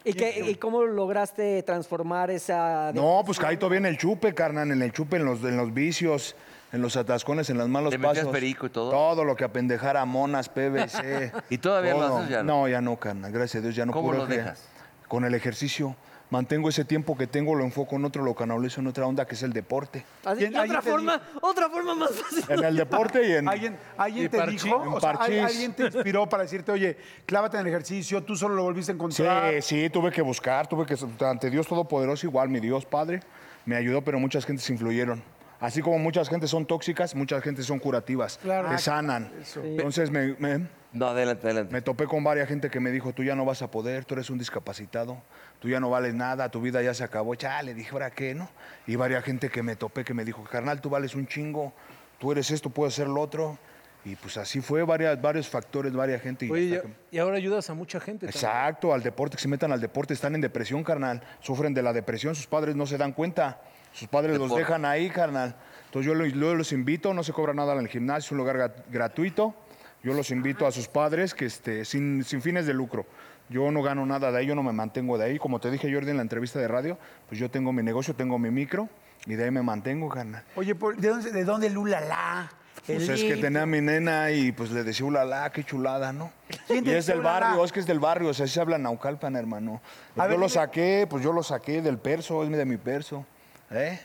S3: ¿Y, qué- y cómo lograste transformar esa...
S7: No, pues caí todavía en el chupe, carnal, en el chupe, en los, en los vicios, en los atascones, en las malos
S4: ¿Te metías
S7: pasos.
S4: perico y todo?
S7: Todo lo que apendejara, monas, PVC.
S4: [laughs] ¿Y todavía lo
S7: todo.
S4: haces ya no?
S7: No, ya no, carnal, gracias a Dios, ya no
S4: ¿Cómo
S7: puro
S4: lo
S7: que-
S4: dejas?
S7: Con el ejercicio. Mantengo ese tiempo que tengo, lo enfoco en otro, lo canalizo en otra onda que es el deporte.
S3: Así-
S5: ¿Quién-
S3: y otra
S5: alguien te
S3: forma, otra forma más fácil.
S7: En el deporte
S5: [laughs]
S7: y en.
S5: ¿Alguien, alguien
S2: Y
S5: te
S2: parchís.
S5: dijo? O sea, ¿al-
S7: Parchís.
S5: ¿Alguien te inspiró para decirte, oye, clávate en el ejercicio, tú solo lo volviste a
S7: Sí,
S5: encontrar?
S7: sí, tuve que buscar, tuve que. Ante Dios Todopoderoso, igual, mi Dios Padre, me ayudó, pero muchas gentes influyeron. Así como muchas gentes son tóxicas, muchas gentes son curativas, te sanan. Entonces me, me-
S4: No, adelante, adelante.
S7: me topé con varias gente que me dijo, tú ya no vas a poder, tú eres un discapacitado, tú ya no vales nada, tu vida ya se acabó. Chale, dije, ¿ahora qué, no? Y varias gente que me topé que me dijo, carnal, tú vales un chingo, tú eres esto, puedes ser lo otro. Y pues así fue, varias, varios factores, varias gente. y hasta
S2: Oye,
S7: que-
S2: y, y ahora ayudas a mucha gente. también.
S7: Exacto, al deporte, que se metan al deporte, están en depresión, carnal. Sufren de la depresión, sus padres no se dan cuenta. Sus padres los
S4: Deporte.
S7: dejan ahí, carnal. Entonces yo lo- yo los, invito, no se cobra nada en el gimnasio, es un lugar gra- gratuito. Yo los invito a sus padres que este, sin, sin fines de lucro. Yo no gano nada de ahí, yo no me mantengo de ahí. Como te dije Jordi en la entrevista de radio, pues yo tengo mi negocio, tengo mi micro y de ahí me mantengo, carnal.
S5: Oye, Paul, ¿de dónde, de dónde el ulala?
S7: Pues es que tenía a mi nena y pues le decía, ulala, qué chulada, ¿no?
S5: ¿Quién
S7: Y
S5: te
S7: es
S5: decía
S7: del
S5: ulala?
S7: barrio, es que es del barrio, o sea, así se habla en Naucalpan, hermano.
S5: A
S7: yo
S5: ver,
S7: lo
S5: dime.
S7: saqué, pues yo lo saqué del perso, es de mi perso.
S5: [laughs]
S7: ¿eh?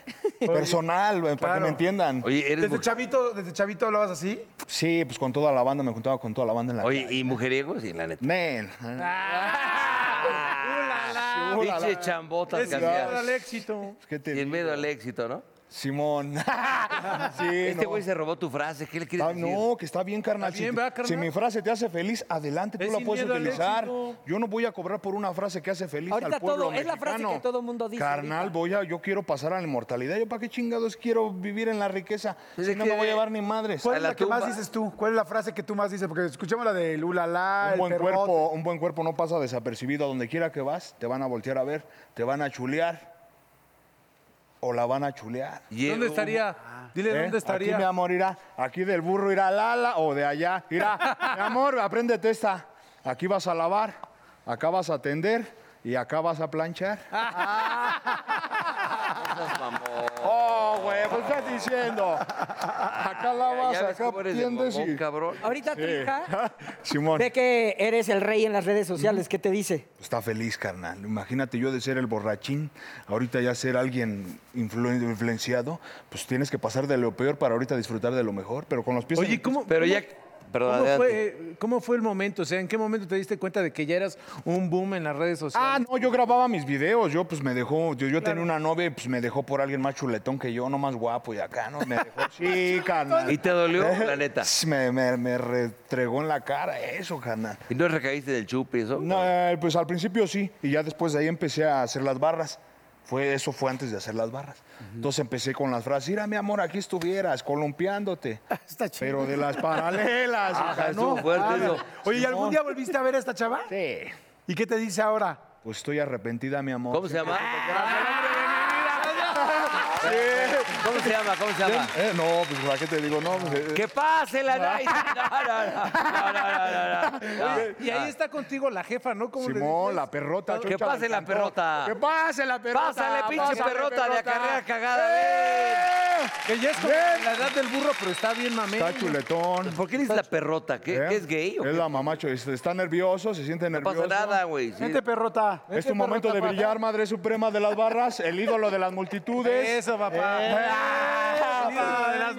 S7: Personal, para que
S5: Claro.
S7: me entiendan.
S4: Oye, eres
S5: ¿Desde
S4: mujer.
S5: chavito, ¿Desde chavito hablabas así?
S7: Sí, pues con toda la banda, me juntaba con toda la banda en la
S4: Oye, ¿y mujeriego? Sí, la neta.
S7: Men. [laughs]
S4: Ah, Pinche chambotas, cambiadas.
S2: al éxito.
S7: ¿Qué te
S4: Sin
S7: digo?
S4: miedo al éxito, ¿no?
S7: Simón. [laughs] sí,
S4: Este
S7: no.
S4: güey se robó tu frase. ¿Qué le quieres
S7: Ah,
S4: decir?
S7: no, que está bien, carnal.
S2: Está bien,
S7: si,
S2: ¿verdad, carnal?
S7: si mi frase te hace feliz, adelante,
S2: Es
S7: tú la
S2: sin
S7: puedes
S2: miedo al
S7: utilizar.
S2: éxito.
S7: Yo no voy a cobrar por una frase que hace feliz
S3: Ahorita
S7: al pueblo
S3: todo- es la frase
S7: mexicano.
S3: que todo mundo dice
S7: Carnal,
S3: ahorita.
S7: voy a, yo quiero pasar a la inmortalidad. ¿Yo para qué chingados quiero vivir en la riqueza?
S4: Desde
S2: Pues
S7: Si no
S4: que-
S7: me voy a llevar ni madres.
S5: ¿Cuál
S4: A
S5: es
S4: la
S5: la, que más
S4: tumba.
S5: dices tú? ¿Cuál es la frase que tú más dices? Porque escuchamos la del ulala,
S7: Un
S5: el
S7: buen,
S5: perrote.
S7: cuerpo, un buen cuerpo no pasa desapercibido. A donde quiera que vas, te van a voltear a ver, te van a chulear. O la van a chulear.
S4: Y
S2: ¿Dónde
S4: él-
S2: estaría? Dile,
S7: ¿Eh?
S2: ¿dónde estaría?
S7: Aquí, mi amor, irá. Aquí del burro irá Lala o de allá. Irá, mi amor, apréndete esta. Aquí vas a lavar, acá vas a atender y acá vas a planchar. ¡Oh, güey! ¿Qué estás diciendo? Acá
S4: Ya,
S7: lavas,
S4: ya ves
S7: acá
S4: cómo eres de
S7: atiendes
S4: mamón,
S7: y...
S4: cabrón.
S3: Ahorita tu
S7: Ah,
S3: hija
S7: [laughs] Simón.
S3: ve que eres el rey en las redes sociales. ¿Qué te dice?
S7: Está feliz, carnal. Imagínate yo de ser el borrachín, ahorita ya ser alguien influ- influenciado, pues tienes que pasar de lo peor para ahorita disfrutar de lo mejor, pero con los pies... en
S2: Oye,
S7: el piso.
S2: ¿cómo,
S4: Pero
S2: cómo-
S4: ya. Perdón,
S2: ¿cómo
S4: adelante.
S2: fue, cómo fue el momento? O sea, ¿en qué momento te diste cuenta de que ya eras un boom en las redes
S7: Ah,
S2: sociales?
S7: no, yo grababa mis videos, yo pues me dejó, yo, yo tenía una novia y pues me dejó por alguien más chuletón que yo, no más guapo y acá, ¿no?
S1: [laughs]
S7: Me dejó sí, carnal.
S4: ¿Y te
S7: [laughs]
S4: dolió, la neta?
S7: Me, me, me retregó en la cara eso, carnal.
S4: ¿Y no recaíste del chupe y eso?
S7: No, eh, pues al principio sí, y ya después de ahí empecé a hacer las barras. Fue, eso fue antes de hacer las barras. Entonces empecé con las frases, mira mi amor, aquí estuvieras, columpiándote.
S1: [laughs] Está chido.
S7: Pero de las
S4: [laughs]
S7: paralelas,
S4: Ajá,
S7: hija,
S4: estuvo
S7: ¿no?
S4: fuerte
S7: Ah,
S4: eso.
S5: Oye, ¿y algún
S7: Simón.
S5: día volviste a ver a esta chava?
S7: Sí.
S5: Ah, ¿Y qué te dice ahora?
S7: Pues estoy arrepentida, mi amor.
S4: ¿Cómo se llama?
S7: Ah,
S4: ¿Cómo se llama? ¿Cómo se llama? Ah.
S7: Eh, no, pues ¿para qué te digo? No, pues, eh,
S4: ¡Que pase la night! No, no, no, no, no, no, no, no.
S2: y ahí está contigo la jefa, ¿no? ¿Cómo le
S7: Simón,
S2: dices?
S7: la perrota.
S4: Que
S7: Chucha
S4: pase la
S7: Alcantó.
S4: perrota.
S7: Que pase la perrota.
S4: Pásale, pinche
S7: pásale,
S4: perrota de acarrea cagada,
S7: ¡Eh!
S2: Que ya es como la edad del burro, pero está bien mamero.
S7: Está chuletón.
S4: ¿Por qué le dices la perrota? ¿Qué,
S7: ¿Eh?
S4: qué es gay? o qué?
S7: Es la mamacho. es- Está nervioso, se siente
S4: No pasa
S7: nervioso.
S4: nada, güey. sí.
S5: Vente, perrota.
S7: Es tu momento de brillar, madre suprema de las barras, el ídolo de las multitudes. Eh,
S2: Eso, papá. Ah,
S7: Ah,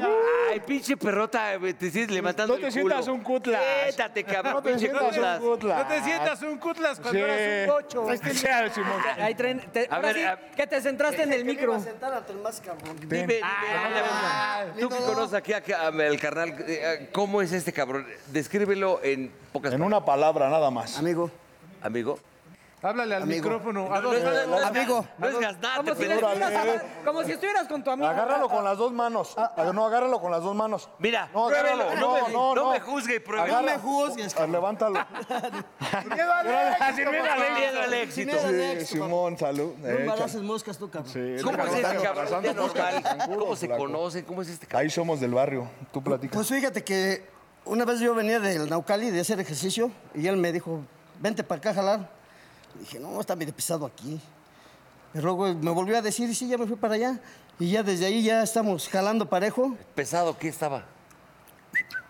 S4: Ay, pinche perrota, güey, te sigues levantando
S7: No te
S4: el culo.
S7: sientas un cutlas.
S4: Siéntate, cabrón,
S7: No te
S4: pinche
S7: sientas
S4: cutlas.
S7: un cutlas.
S2: No te sientas un cutlas cuando
S7: Sí.
S2: eras un bocho.
S7: [laughs]
S2: Este
S7: Sí, Simón.
S3: Ahí traen- te-
S4: A
S3: ahora
S4: ver,
S3: sí
S4: a-
S3: que te centraste en el micro.
S4: Dime, dime,
S7: Ah,
S4: dime, tú que conoces aquí a- a- al carnal, eh, ¿cómo es este cabrón? Descríbelo en pocas
S7: En una palabra, nada más.
S8: Amigo,
S4: Amigo,
S2: Háblale al
S8: Amigo.
S2: micrófono.
S8: No,
S2: Adolfo.
S8: no, no, amigo.
S3: No es gastarte,
S9: Como si,
S3: pero-
S9: estuvieras,
S3: Como si estuvieras con tu amigo.
S9: agárralo con las dos manos. Ah, no, agárralo con las dos manos.
S4: Mira,
S9: no,
S4: pruébelo,
S9: agárralo.
S4: no me- no me juzgue
S9: juzgue
S4: y pruébelo.
S9: No
S8: No me juzgues,
S2: [laughs]
S7: Ah,
S9: Levántalo.
S2: Ah.
S4: Sin Pues, miedo al éxito.
S8: Sin miedo al
S7: Sí,
S8: éxito,
S7: Simón, salud.
S8: No
S7: Eh,
S8: embarazas moscas tú, cabrón.
S7: sí,
S4: ¿Cómo es este
S7: abrazando,
S4: cabrón de
S7: abrazando,
S4: normal?
S7: seguro,
S4: ¿Cómo se
S7: flaco.
S4: conocen? ¿Cómo es este cabrón?
S7: Ahí somos del barrio. Tú platicas.
S8: Pues fíjate que una vez yo venía del Naucali de hacer ejercicio y él me dijo, vente para acá a jalar. Y dije, no, está medio pesado aquí. Y luego me volvió a decir, y sí, ya me fui para allá. Y ya desde ahí ya estamos jalando parejo.
S4: ¿Pesado qué estaba?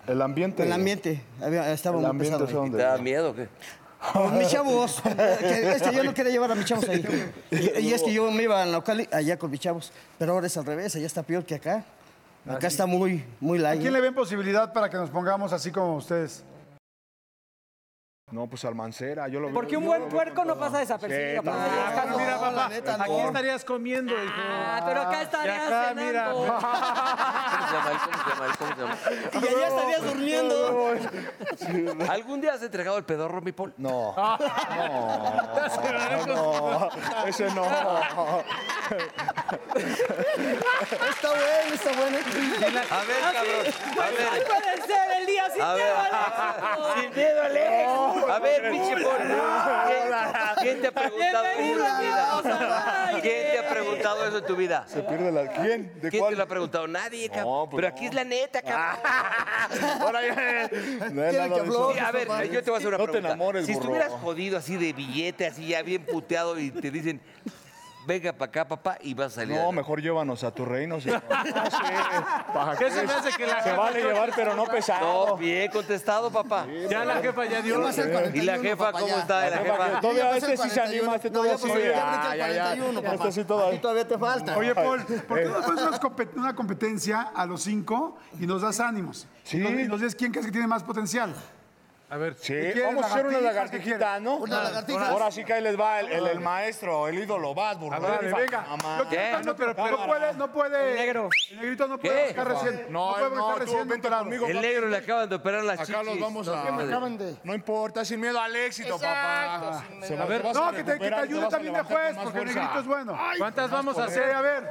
S7: El ambiente.
S8: El ambiente había- estaba
S7: El
S8: muy
S7: ambiente
S8: pesado.
S7: son
S4: ¿Te
S7: de-
S4: da miedo o qué?
S8: Pues, mis chavos, [laughs] que es que yo no quería llevar a mis chavos ahí. Y, y es que yo me iba al Naucali allá con mis chavos. Pero ahora es al revés, allá está peor que acá. Acá está muy, muy
S5: ¿A
S8: light.
S5: quién le ven posibilidad para que nos pongamos así como ustedes?
S7: No, pues Almancera, yo lo
S3: Porque un buen puerco no pasa desapercibido.
S7: Sí,
S3: papá.
S2: Ah,
S3: Acá no.
S2: mira, papá,
S8: neta, no.
S2: aquí estarías comiendo, hijo.
S3: Ah, pero acá estarías
S2: acá, mira.
S3: cenando.
S4: ¿Cómo se llama? ¿Cómo se llama? ¿Cómo se llama?
S8: Y allá estarías durmiendo.
S4: [laughs] ¿Algún día has entregado el pedorro, mi Paul?
S8: [laughs]
S7: No. No. No. Ese no.
S8: Está bueno, está bueno.
S4: A ver, cabrón. A
S3: pues, Ay,
S4: ver.
S3: puede ser el día sin
S4: A
S3: miedo
S4: ver.
S3: al éxito.
S4: Sin miedo al éxito. A ver, pinche Paul. ¿quién- ¿Quién te ha preguntado eso en tu
S3: Bienvenido a mi
S4: vida?
S3: casa,
S4: ¿Quién te ha preguntado eso en tu vida?
S7: Se pierde la. ¿Quién? ¿De
S4: ¿Quién te
S7: cuál?
S4: lo ha preguntado? Nadie, cabrón.
S7: No, pues
S4: Pero
S7: no.
S4: aquí es la neta, cabrón.
S7: Ahora ya. [laughs] pues No hay nada
S8: que
S7: de eso.
S8: habló?
S4: Sí, a ver, yo te voy a hacer una
S7: No te
S4: pregunta.
S7: enamores,
S4: si
S7: burro.
S4: estuvieras jodido así de billete, así ya bien puteado y te dicen, venga para acá, papá, y vas a salir.
S7: No,
S4: adelante.
S7: mejor llévanos a tu reino.
S8: [laughs]
S7: señor.
S2: ¿Qué se me hace que la
S7: Se
S2: jefa,
S7: vale llevar, pero no
S4: No,
S7: pesado.
S4: bien contestado, papá.
S2: ya la jefa ya dio?
S8: más el 41,
S4: ¿Y la jefa
S8: papá,
S4: cómo
S8: ya.
S4: está? ¿La jefa?
S7: Todavía
S8: Ya pasé
S7: este sí
S8: el
S7: se anima, este
S8: 41.
S7: todavía
S8: No, ya
S7: sí.
S8: pasé el
S7: Ah, ya, ya.
S8: 41, papá.
S7: Este sí todavía. Eh,
S8: A ti todavía te falta.
S5: Oye, Paul, ¿por qué no pones unas compet- una competencia a los cinco y nos das ánimos?
S7: Sí.
S5: Y nos, y nos dices quién crees que tiene más potencial.
S2: A ver,
S7: Sí,
S5: quieres,
S7: vamos a hacer una
S5: lagartijas? ¿Qué
S7: lagartijita,
S5: quieres?
S7: ¿no?
S8: Una lagartija.
S7: Ahora sí que ahí les va el, el- el maestro, el ídolo, Bad Bunny.
S5: Órale, Ah. venga. Yo
S7: Mamá.
S5: creo que
S4: ¿Qué?
S5: No, pero, no puede, no puede.
S3: El negro.
S5: El negrito no puede
S4: ¿Qué?
S5: buscar recién.
S7: No,
S5: puede
S7: no,
S5: buscar
S7: tú
S5: recién
S7: vente
S5: operado.
S7: conmigo.
S4: El negro le acaban de operar las chichis.
S7: Acá los vamos a- No importa, sin miedo al éxito, papá. Se va- te vas
S5: No, que te, que te
S7: recuperar y
S5: ayude
S7: vas a
S5: también de
S7: levantar con
S5: juez,
S7: más
S5: porque el
S7: fuerza.
S5: negrito es bueno.
S2: ¿cuántas vamos a
S5: Sí,
S2: hacer?
S5: a ver.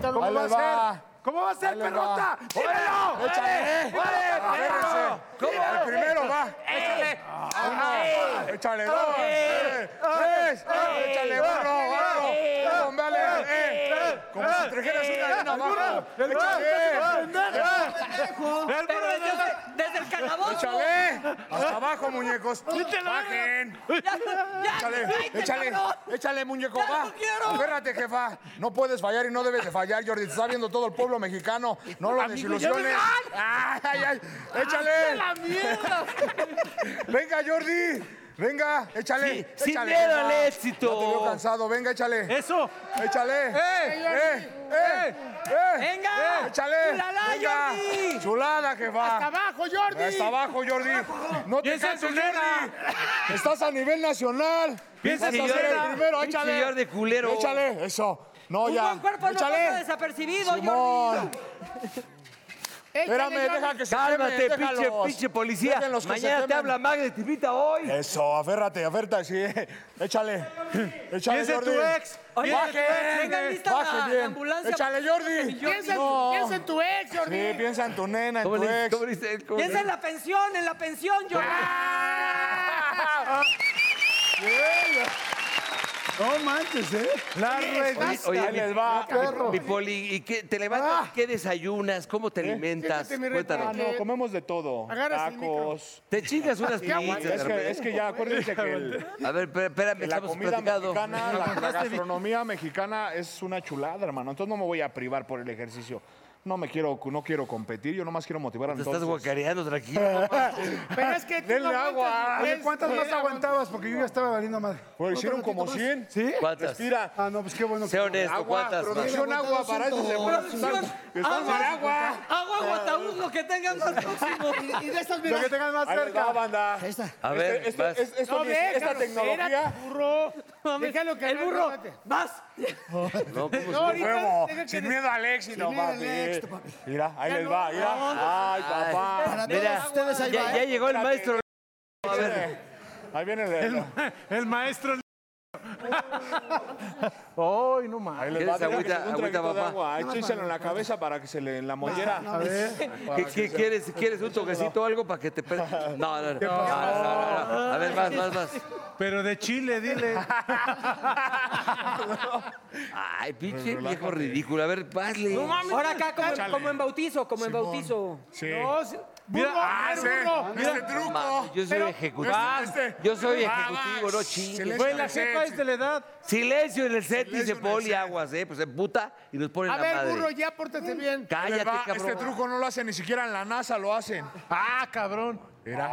S5: ¿Cómo
S7: Ahí
S5: va a
S7: les va.
S5: ser? ¿Cómo va a ser,
S7: Ahí les va.
S5: perrota? ¡Dímelo!
S7: ¡Échale! eh. ¡Échale, perro! El primero va. Uno. Échale dos. Eh, Tres. Eh, Échale barro, barro. Eh, bombale. Eh, eh. Como si trajeras una arena abajo. eh. Échale.
S3: Pero desde, desde el calabozo.
S7: Échale. eh. Hasta abajo, muñecos. Bajen.
S3: Ya, ya,
S7: Échale,
S3: vete,
S7: échale,
S3: cabrón.
S7: échale, muñeco,
S3: Ya
S7: va.
S3: no quiero.
S7: Agárrate, jefa. No puedes fallar y no debes de fallar, Jordi. Te está viendo todo el pueblo mexicano. No lo desilusiones. Ay, ay, ay. Échale. la mierda! [laughs] Venga, Jordi. Venga, échale. [laughs]
S4: Sí, sin
S7: échale,
S4: miedo
S7: venga.
S4: al éxito.
S7: No te veo cansado. Venga, échale.
S2: Eso. [laughs]
S7: Échale. ¡Eh! ¡Eh! ¡Eh!
S3: Venga.
S7: ¡Eh! ¡Échale!
S3: Chulala,
S7: ¡Venga!
S3: Jordi.
S7: ¡Chulada, jefa!
S1: Hasta abajo, Jordi.
S7: Hasta abajo, Jordi. No te
S2: Piensa en
S7: canses,
S2: tu nena.
S7: Jordi. Estás a nivel nacional.
S2: Piensa
S7: Vas
S2: en
S7: a
S2: tu
S7: ser
S2: nena.
S7: el primero,
S4: Pinche
S7: échale.
S4: Jordi culero.
S7: Échale, eso. No,
S3: Un
S7: ya.
S3: buen cuerpo no
S7: échale.
S3: pasa desapercibido, Jordi.
S7: Simón. [laughs] Espérame,
S1: Jordi.
S7: deja que se
S4: Cálmate,
S7: quemen,
S4: pinche,
S7: déjalos.
S4: pinche policía.
S7: Déjenlos que se
S4: Mañana te
S7: quemen.
S4: habla Magda y te invita hoy.
S7: Eso, aférrate, aférrate, sí. [laughs] Échale. Échale,
S2: Piensa en
S7: Jordi.
S2: tu ex.
S3: Oye,
S2: Piensa en tu ex.
S3: tengan lista
S7: Baje
S3: la, la
S7: bien.
S3: ambulancia.
S7: Échale, Jordi.
S1: Piensa, en-
S7: No.
S1: piensa en tu ex, Jordi.
S7: Sí, piensa en tu nena, en
S4: ¿Cómo
S7: tu
S4: le-
S7: ex.
S4: cómo le dice? ¿Cómo le-
S3: Piensa en la pensión, en la pensión, Jordi.
S5: No manches, ¿eh?
S2: La revista.
S4: Oye, oye,
S7: Ahí
S4: mi-
S7: les va.
S5: Perro.
S4: Mi poli, ¿y qué, te levantas? ¿Qué desayunas? ¿Cómo te alimentas?
S1: Siéntate, mi rey,
S7: Ah,
S4: Cuéntanos.
S7: no, comemos de todo.
S1: Agarras el
S7: Tacos.
S4: Te chingas unas pizzas.
S7: Es que,
S4: hermano.
S7: es que ya, acuérdense que el-
S4: A ver, espé- espérame,
S7: la
S4: estamos
S7: comida
S4: platicando.
S7: mexicana, la, la gastronomía mexicana es una chulada, hermano. Entonces no me voy a privar por el ejercicio. No me quiero, no quiero competir, yo nomás quiero motivar a
S4: Te
S7: mi
S4: estás guacareando, tranquilo.
S7: [laughs]
S1: Pero es que tú
S7: Denle
S1: no aguantas
S7: agua.
S1: ni
S5: Oye,
S1: tres,
S5: ¿Cuántas
S1: güey,
S5: más
S1: aguanta.
S5: aguantabas? Porque yo ya estaba valiendo madre.
S7: Pues hicieron como 100. ¿Sí?
S4: ¿Cuántas?
S7: Respira.
S5: Ah, no, pues qué bueno. que-
S4: Sé honesto,
S7: Agua,
S4: ¿cuántas? más?
S7: producción agua, para eso se
S3: Producción,
S7: Están sin agua.
S3: Agua, guataúz, lo que tengan más próximo.
S8: Y de estas,
S5: Lo
S8: mira.
S5: que tengas más
S7: Ahí les
S5: cerca.
S7: va, banda.
S8: está.
S4: A ver,
S7: Este- este-
S4: vas.
S7: es- esto
S1: No,
S7: ni- esta
S1: déjalo,
S7: tecnología.
S1: espérate, burro. Déjalo que
S3: El
S1: agarre,
S3: burro,
S1: espérate.
S3: vas.
S4: No, ¿cómo
S1: No, ahorita
S7: Huevo,
S1: deja que
S7: sin
S1: des-
S7: miedo al éxito,
S8: miedo al
S7: papi.
S8: éxito, papi.
S7: Mira, ahí les
S1: no,
S7: va, mira. Ay, papá.
S8: Para
S4: Mira,
S8: todos ustedes ahí
S4: Ya,
S8: va,
S4: ya
S8: ¿eh?
S4: llegó el maestro. A ver.
S7: Ahí viene el-
S2: El maestro Ay, no mames.
S10: Ahí les va
S4: ¿Quieres
S10: a
S4: agüita-
S10: un
S4: agüita,
S10: traguito de
S4: papá?
S10: agua. Ay, échenselo en la cabeza para que se le en la mollera.
S4: ¿Qué, qué quieres? ¿Quieres un toquecito o algo para que te pe- No, no, no. No, no, no, no. A ver, vas, vas,
S1: [laughs]
S4: vas.
S2: Pero de Chile, dile.
S4: Ay, pinche
S1: Pues
S4: viejo ridículo. A ver, pasle.
S3: Ahora acá, como, como en bautizo, como en bautizo.
S10: Sí.
S1: No, sí.
S2: Mira,
S1: Burro,
S10: Ah,
S1: a
S10: sí.
S1: ver, burro.
S10: Este truco.
S4: Mames, yo soy
S10: Pero-
S4: ejecutivo.
S10: Este, este.
S4: Yo soy
S10: Va, va.
S4: ejecutivo, no chingues.
S10: Se le
S2: Güey, la
S10: echa,
S2: jefa
S10: se-
S2: es de la edad.
S4: Silencio en el set,
S10: Silencio
S4: dice
S10: en el
S4: Poli
S10: set.
S4: Aguas, ¿eh? Pues se puta y nos ponen
S1: A
S4: la
S1: ver,
S4: madre. Mm,
S1: burro, ya pórtate
S10: Ahí les
S1: bien.
S4: Cállate,
S10: va.
S4: cabrón.
S10: Este truco no lo hace ni siquiera en la NASA, lo hacen.
S2: Ah, cabrón.
S10: Mira.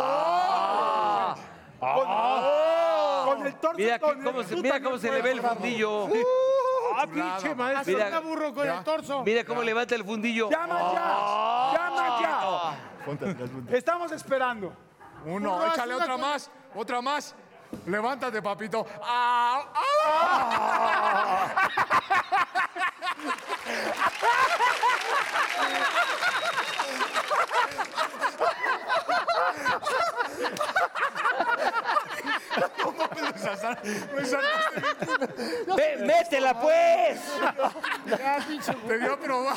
S10: Ah, oh.
S5: Con el torso,
S4: Mira,
S5: con
S4: que-
S5: el
S4: cómo se,
S5: puto
S4: mira cómo se le ve el
S5: bravo.
S4: fundillo.
S2: Ah, pinche maestro.
S1: Azota,
S4: mira.
S1: burro, con el torso.
S4: Mira cómo levanta el fundillo.
S5: ¡Llama ya! ¡Llama ya! Estamos esperando.
S10: Uno,
S1: Burro,
S10: échale
S1: haz una
S10: otra
S1: cosa.
S10: más, otra más. Levántate, papito. Ah, ah.
S4: Ve, ¡Métela, pues!
S10: Te dio a
S3: [laughs]
S10: probar.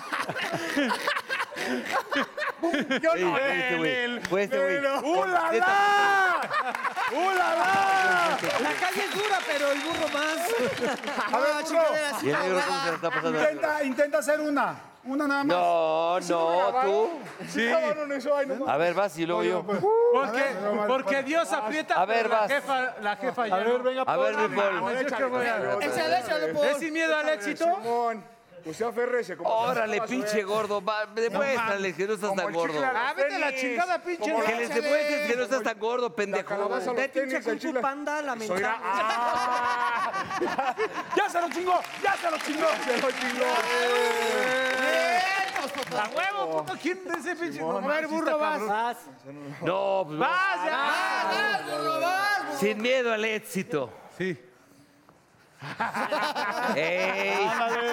S10: Yo
S4: Ey,
S10: no
S4: fue este güey, fue este güey.
S10: ¡Ula,
S3: La calle es dura, pero el burro más.
S5: A ver, burro,
S4: Y el negro cómo se la está pasando.
S5: intenta, intenta hacer una. Una nada más.
S4: No, no, tú.
S5: Sí. Cabrón, eso, ay, no mames.
S4: A ver, vas y luego yo.
S3: pues,
S2: Porque, porque Dios aprieta.
S4: A ver,
S2: pero la
S4: vas.
S2: jefa, la jefa ya.
S5: A ver,
S2: no.
S5: venga,
S4: A ver, mi Paul.
S2: Yo creo que voy a-
S4: Échale,
S2: ¿Es sin miedo al éxito?
S7: Simón, usted aférrese. Como
S4: Órale, pinche gordo. va, Demuéstrale que no estás tan gordo.
S2: Ah, vete a la chingada, pinche.
S4: Que les demuestres que no
S7: este
S4: estás tan gordo, pendejo.
S7: calabaza
S3: Ve,
S7: los
S3: pinche
S7: tenis, el
S3: Kung Fu
S7: chile. ah,
S3: Panda, la
S7: Soy la-
S3: mentada.
S5: ¡Ya se lo chingó! ¡Ya se lo chingó! ¡Se lo
S2: A huevo, puto. ¿Quién de ese pinche?
S1: A ver, burro, vas.
S3: Vas.
S4: No, pues va.
S2: Vas, ya.
S4: Sin miedo al éxito.
S2: Sí.
S4: [laughs] ¡Ey!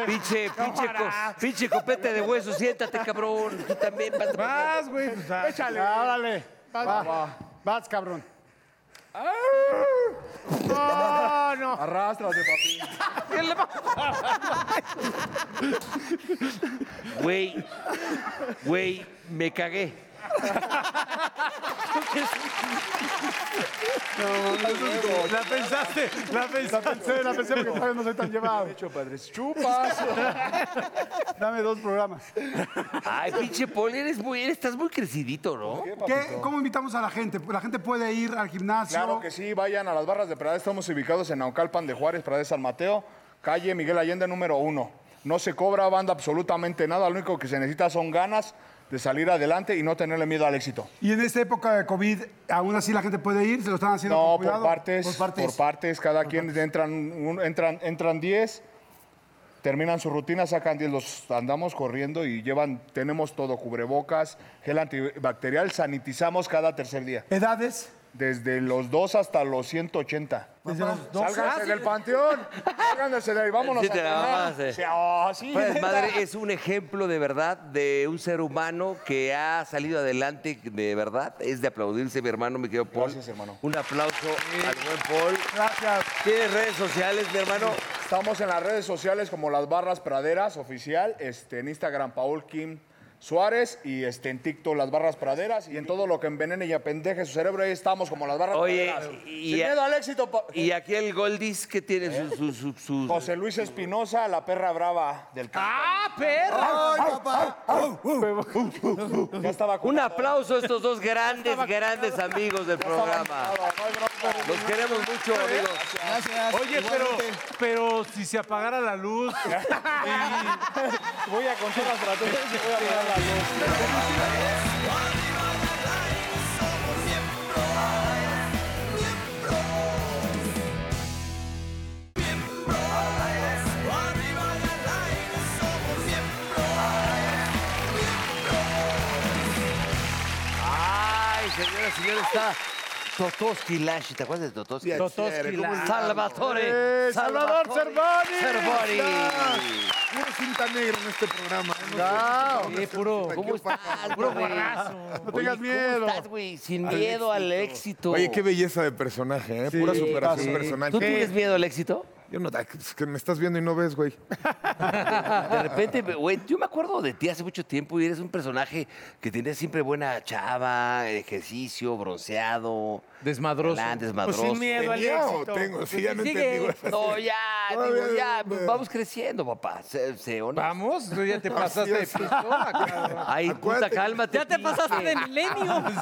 S4: Pinche, pinche, co- pinche copete de hueso, siéntate, cabrón. Tú también vas.
S2: Vas, güey. pues, ah.
S5: Échale. Árale. Va. Vas, cabrón.
S7: Arrástrate, papi.
S4: Güey, güey, me cagué.
S2: La pensaste, la
S5: La
S2: pensaste.
S5: pensé, la pensé porque todavía no soy tan llevado.
S7: Hecho, padres. Chupas.
S5: Dame dos programas.
S4: Ay, pinche Poli, eres muy, eres- estás muy crecidito, ¿no?
S5: ¿Qué, ¿Cómo invitamos a la gente? La gente puede ir al gimnasio.
S7: Claro que sí, vayan a las barras de Prades. Estamos ubicados en Naucalpan de Juárez, Prades San Mateo, calle Miguel Allende número uno. No se cobra banda absolutamente nada, lo único que se necesita son ganas de salir adelante y no tenerle miedo al éxito.
S5: Y en esta época de COVID, aún así la gente puede ir, se lo están haciendo con
S7: No,
S5: cuidado?
S7: por partes,
S5: Por
S7: por
S5: partes.
S7: partes, cada quien entran un- entran entran 10, terminan su rutina, sacan 10, los andamos corriendo y llevan tenemos todo cubrebocas, gel antibacterial, sanitizamos cada tercer día,
S5: Edades.
S7: desde los 2 hasta los 180.
S5: Desde los 12.
S7: Sálganse del panteón, sálganse de ahí, vámonos
S4: Sí, te la
S7: entrenar.
S4: mamaste.
S7: Sí, ah, sí,
S4: Pues,
S7: neta.
S4: madre, es un ejemplo de verdad de un ser humano que ha salido adelante de verdad. Es de aplaudirse, mi hermano, mi querido Paul.
S7: Gracias, hermano.
S4: Un aplauso al buen Paul.
S5: Gracias.
S4: ¿Tienes redes sociales, mi hermano?
S7: Estamos en las redes sociales como Las Barras Praderas Oficial, este, en Instagram Paul Kim Suárez y este, en TikTok Las Barras Praderas y en todo lo que envenene y apendeje su cerebro, ahí estamos como Las Barras
S4: Oye,
S7: Praderas.
S4: y- y-
S7: Sin miedo al éxito, pa-
S4: Y aquí el Goldis que tiene
S7: ¿Eh?
S4: sus... sus- sus- sus-
S7: José Luis Espinosa, la perra brava del campo.
S2: ¡Ah, perro!
S7: Ya estaba
S4: Un
S7: curado,
S4: aplauso a estos dos grandes, grandes amigos del programa.
S7: no ¿Eh? hay bronca.
S4: Los queremos mucho, amigos.
S11: Gracias.
S2: Oye, pero, pero si se apagara la luz.
S7: Voy a contar las estrategias y voy a pagar la luz.
S4: Ay, señora, señora, está Totoski Lash. ¿Te acuerdas de Totoski?
S2: Totoski Lash.
S7: Eh,
S4: Salvatore. Salvador Cervoni. Cervoni.
S5: Puros
S12: cinta negra en este programa. ¿eh? No
S5: Claro.
S4: Sí, puro. ¿Cómo estás, bro? No
S12: tengas miedo.
S4: ¿Cómo estás, güey? Sin miedo al éxito.
S12: Oye, qué belleza de personaje, ¿eh? Pura superación personal.
S4: ¿Tú tienes miedo al éxito?
S12: Yo no, es que me estás viendo y no ves, güey.
S4: [laughs] De repente, güey, yo me acuerdo de ti hace mucho tiempo y eres un personaje que tiene siempre buena chava, ejercicio, bronceado.
S13: Desmadroso. Pues,
S4: galán,
S12: Pues
S4: desmadroso.
S1: sin miedo al
S12: Tenía o
S1: éxito.
S12: tengo, sí, ya no
S3: Sigue.
S12: entendí. güey.
S4: No, ya,
S12: Todavía
S4: digo, ya,
S12: no, no.
S4: vamos creciendo, papá. Se, se honesto.
S13: Vamos, tú
S12: [laughs]
S13: ya te pasaste de pistola, cabrón.
S4: Ay, puta,
S12: Acuérdate-
S4: cálmate.
S3: Ya te
S4: pinche.
S3: pasaste de milenio.
S4: Bueno,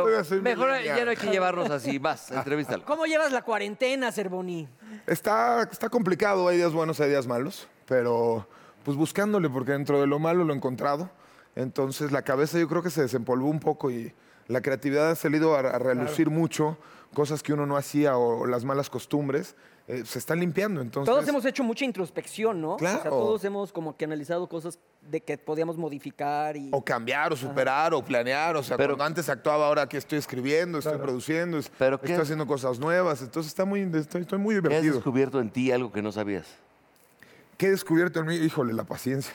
S12: Yo todavía soy
S4: mejor
S12: millennial.
S4: ya no hay que llevarnos así.
S12: [laughs]
S4: Vas, entrevístalo.
S3: ¿Cómo llevas la cuarentena, Cervoni?
S12: Está, está complicado, hay días buenos, hay días malos, pero pues buscándole, porque dentro de lo malo lo he encontrado. Entonces la cabeza yo creo que se desempolvó un poco y la creatividad ha salido a, a relucir mucho, cosas que uno no hacía o, las malas costumbres, eh, se están limpiando. Entonces,
S3: Todos hemos hecho mucha introspección, ¿no? O sea,
S12: pues, Claro.
S3: todos hemos como que analizado cosas de que podíamos modificar y...
S12: O cambiar, o superar, o planear. O sea,
S4: Pero-
S12: cuando antes actuaba, ahora aquí estoy escribiendo, estoy produciendo, es-
S4: Pero
S12: estoy
S4: qué-
S12: haciendo cosas nuevas. Entonces está muy, estoy, estoy muy
S4: ¿Qué has
S12: divertido.
S4: descubierto en ti algo que no sabías?
S12: ¿Qué he descubierto en mí? Híjole, la
S5: [laughs]
S12: paciencia.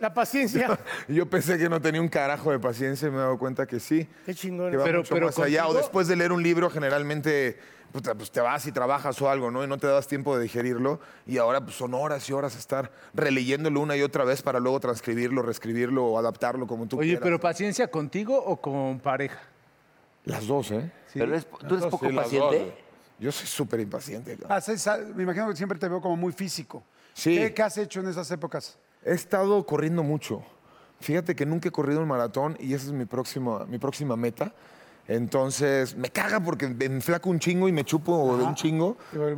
S1: La paciencia.
S12: Yo pensé que no tenía un carajo de paciencia y me he dado cuenta que sí.
S1: Qué chingón.
S12: Que va
S13: Pero-
S12: mucho
S13: pero
S12: más allá. O
S13: contigo-
S12: después de leer un libro, generalmente puta, pues, te vas y trabajas o algo, ¿no? Y no te das tiempo de digerirlo. Y ahora pues, son horas y horas estar releyéndolo una y otra vez para luego transcribirlo, reescribirlo o adaptarlo como tú
S13: Oye,
S12: quieras.
S13: pero paciencia contigo o con pareja.
S12: Las dos, ¿eh?
S4: Pero eres- tú eres
S12: Sí,
S4: poco
S12: las dos.
S4: paciente.
S12: Yo soy súper impaciente. cabrón.
S5: Haces- Ah, me imagino que siempre te veo como muy físico.
S12: Sí.
S5: ¿Qué, qué has hecho en esas épocas?
S12: He estado corriendo mucho. Fíjate que nunca he corrido un maratón y esa es mi próxima, mi próxima meta. Entonces, me caga porque me enflaco un chingo y me chupo de un chingo.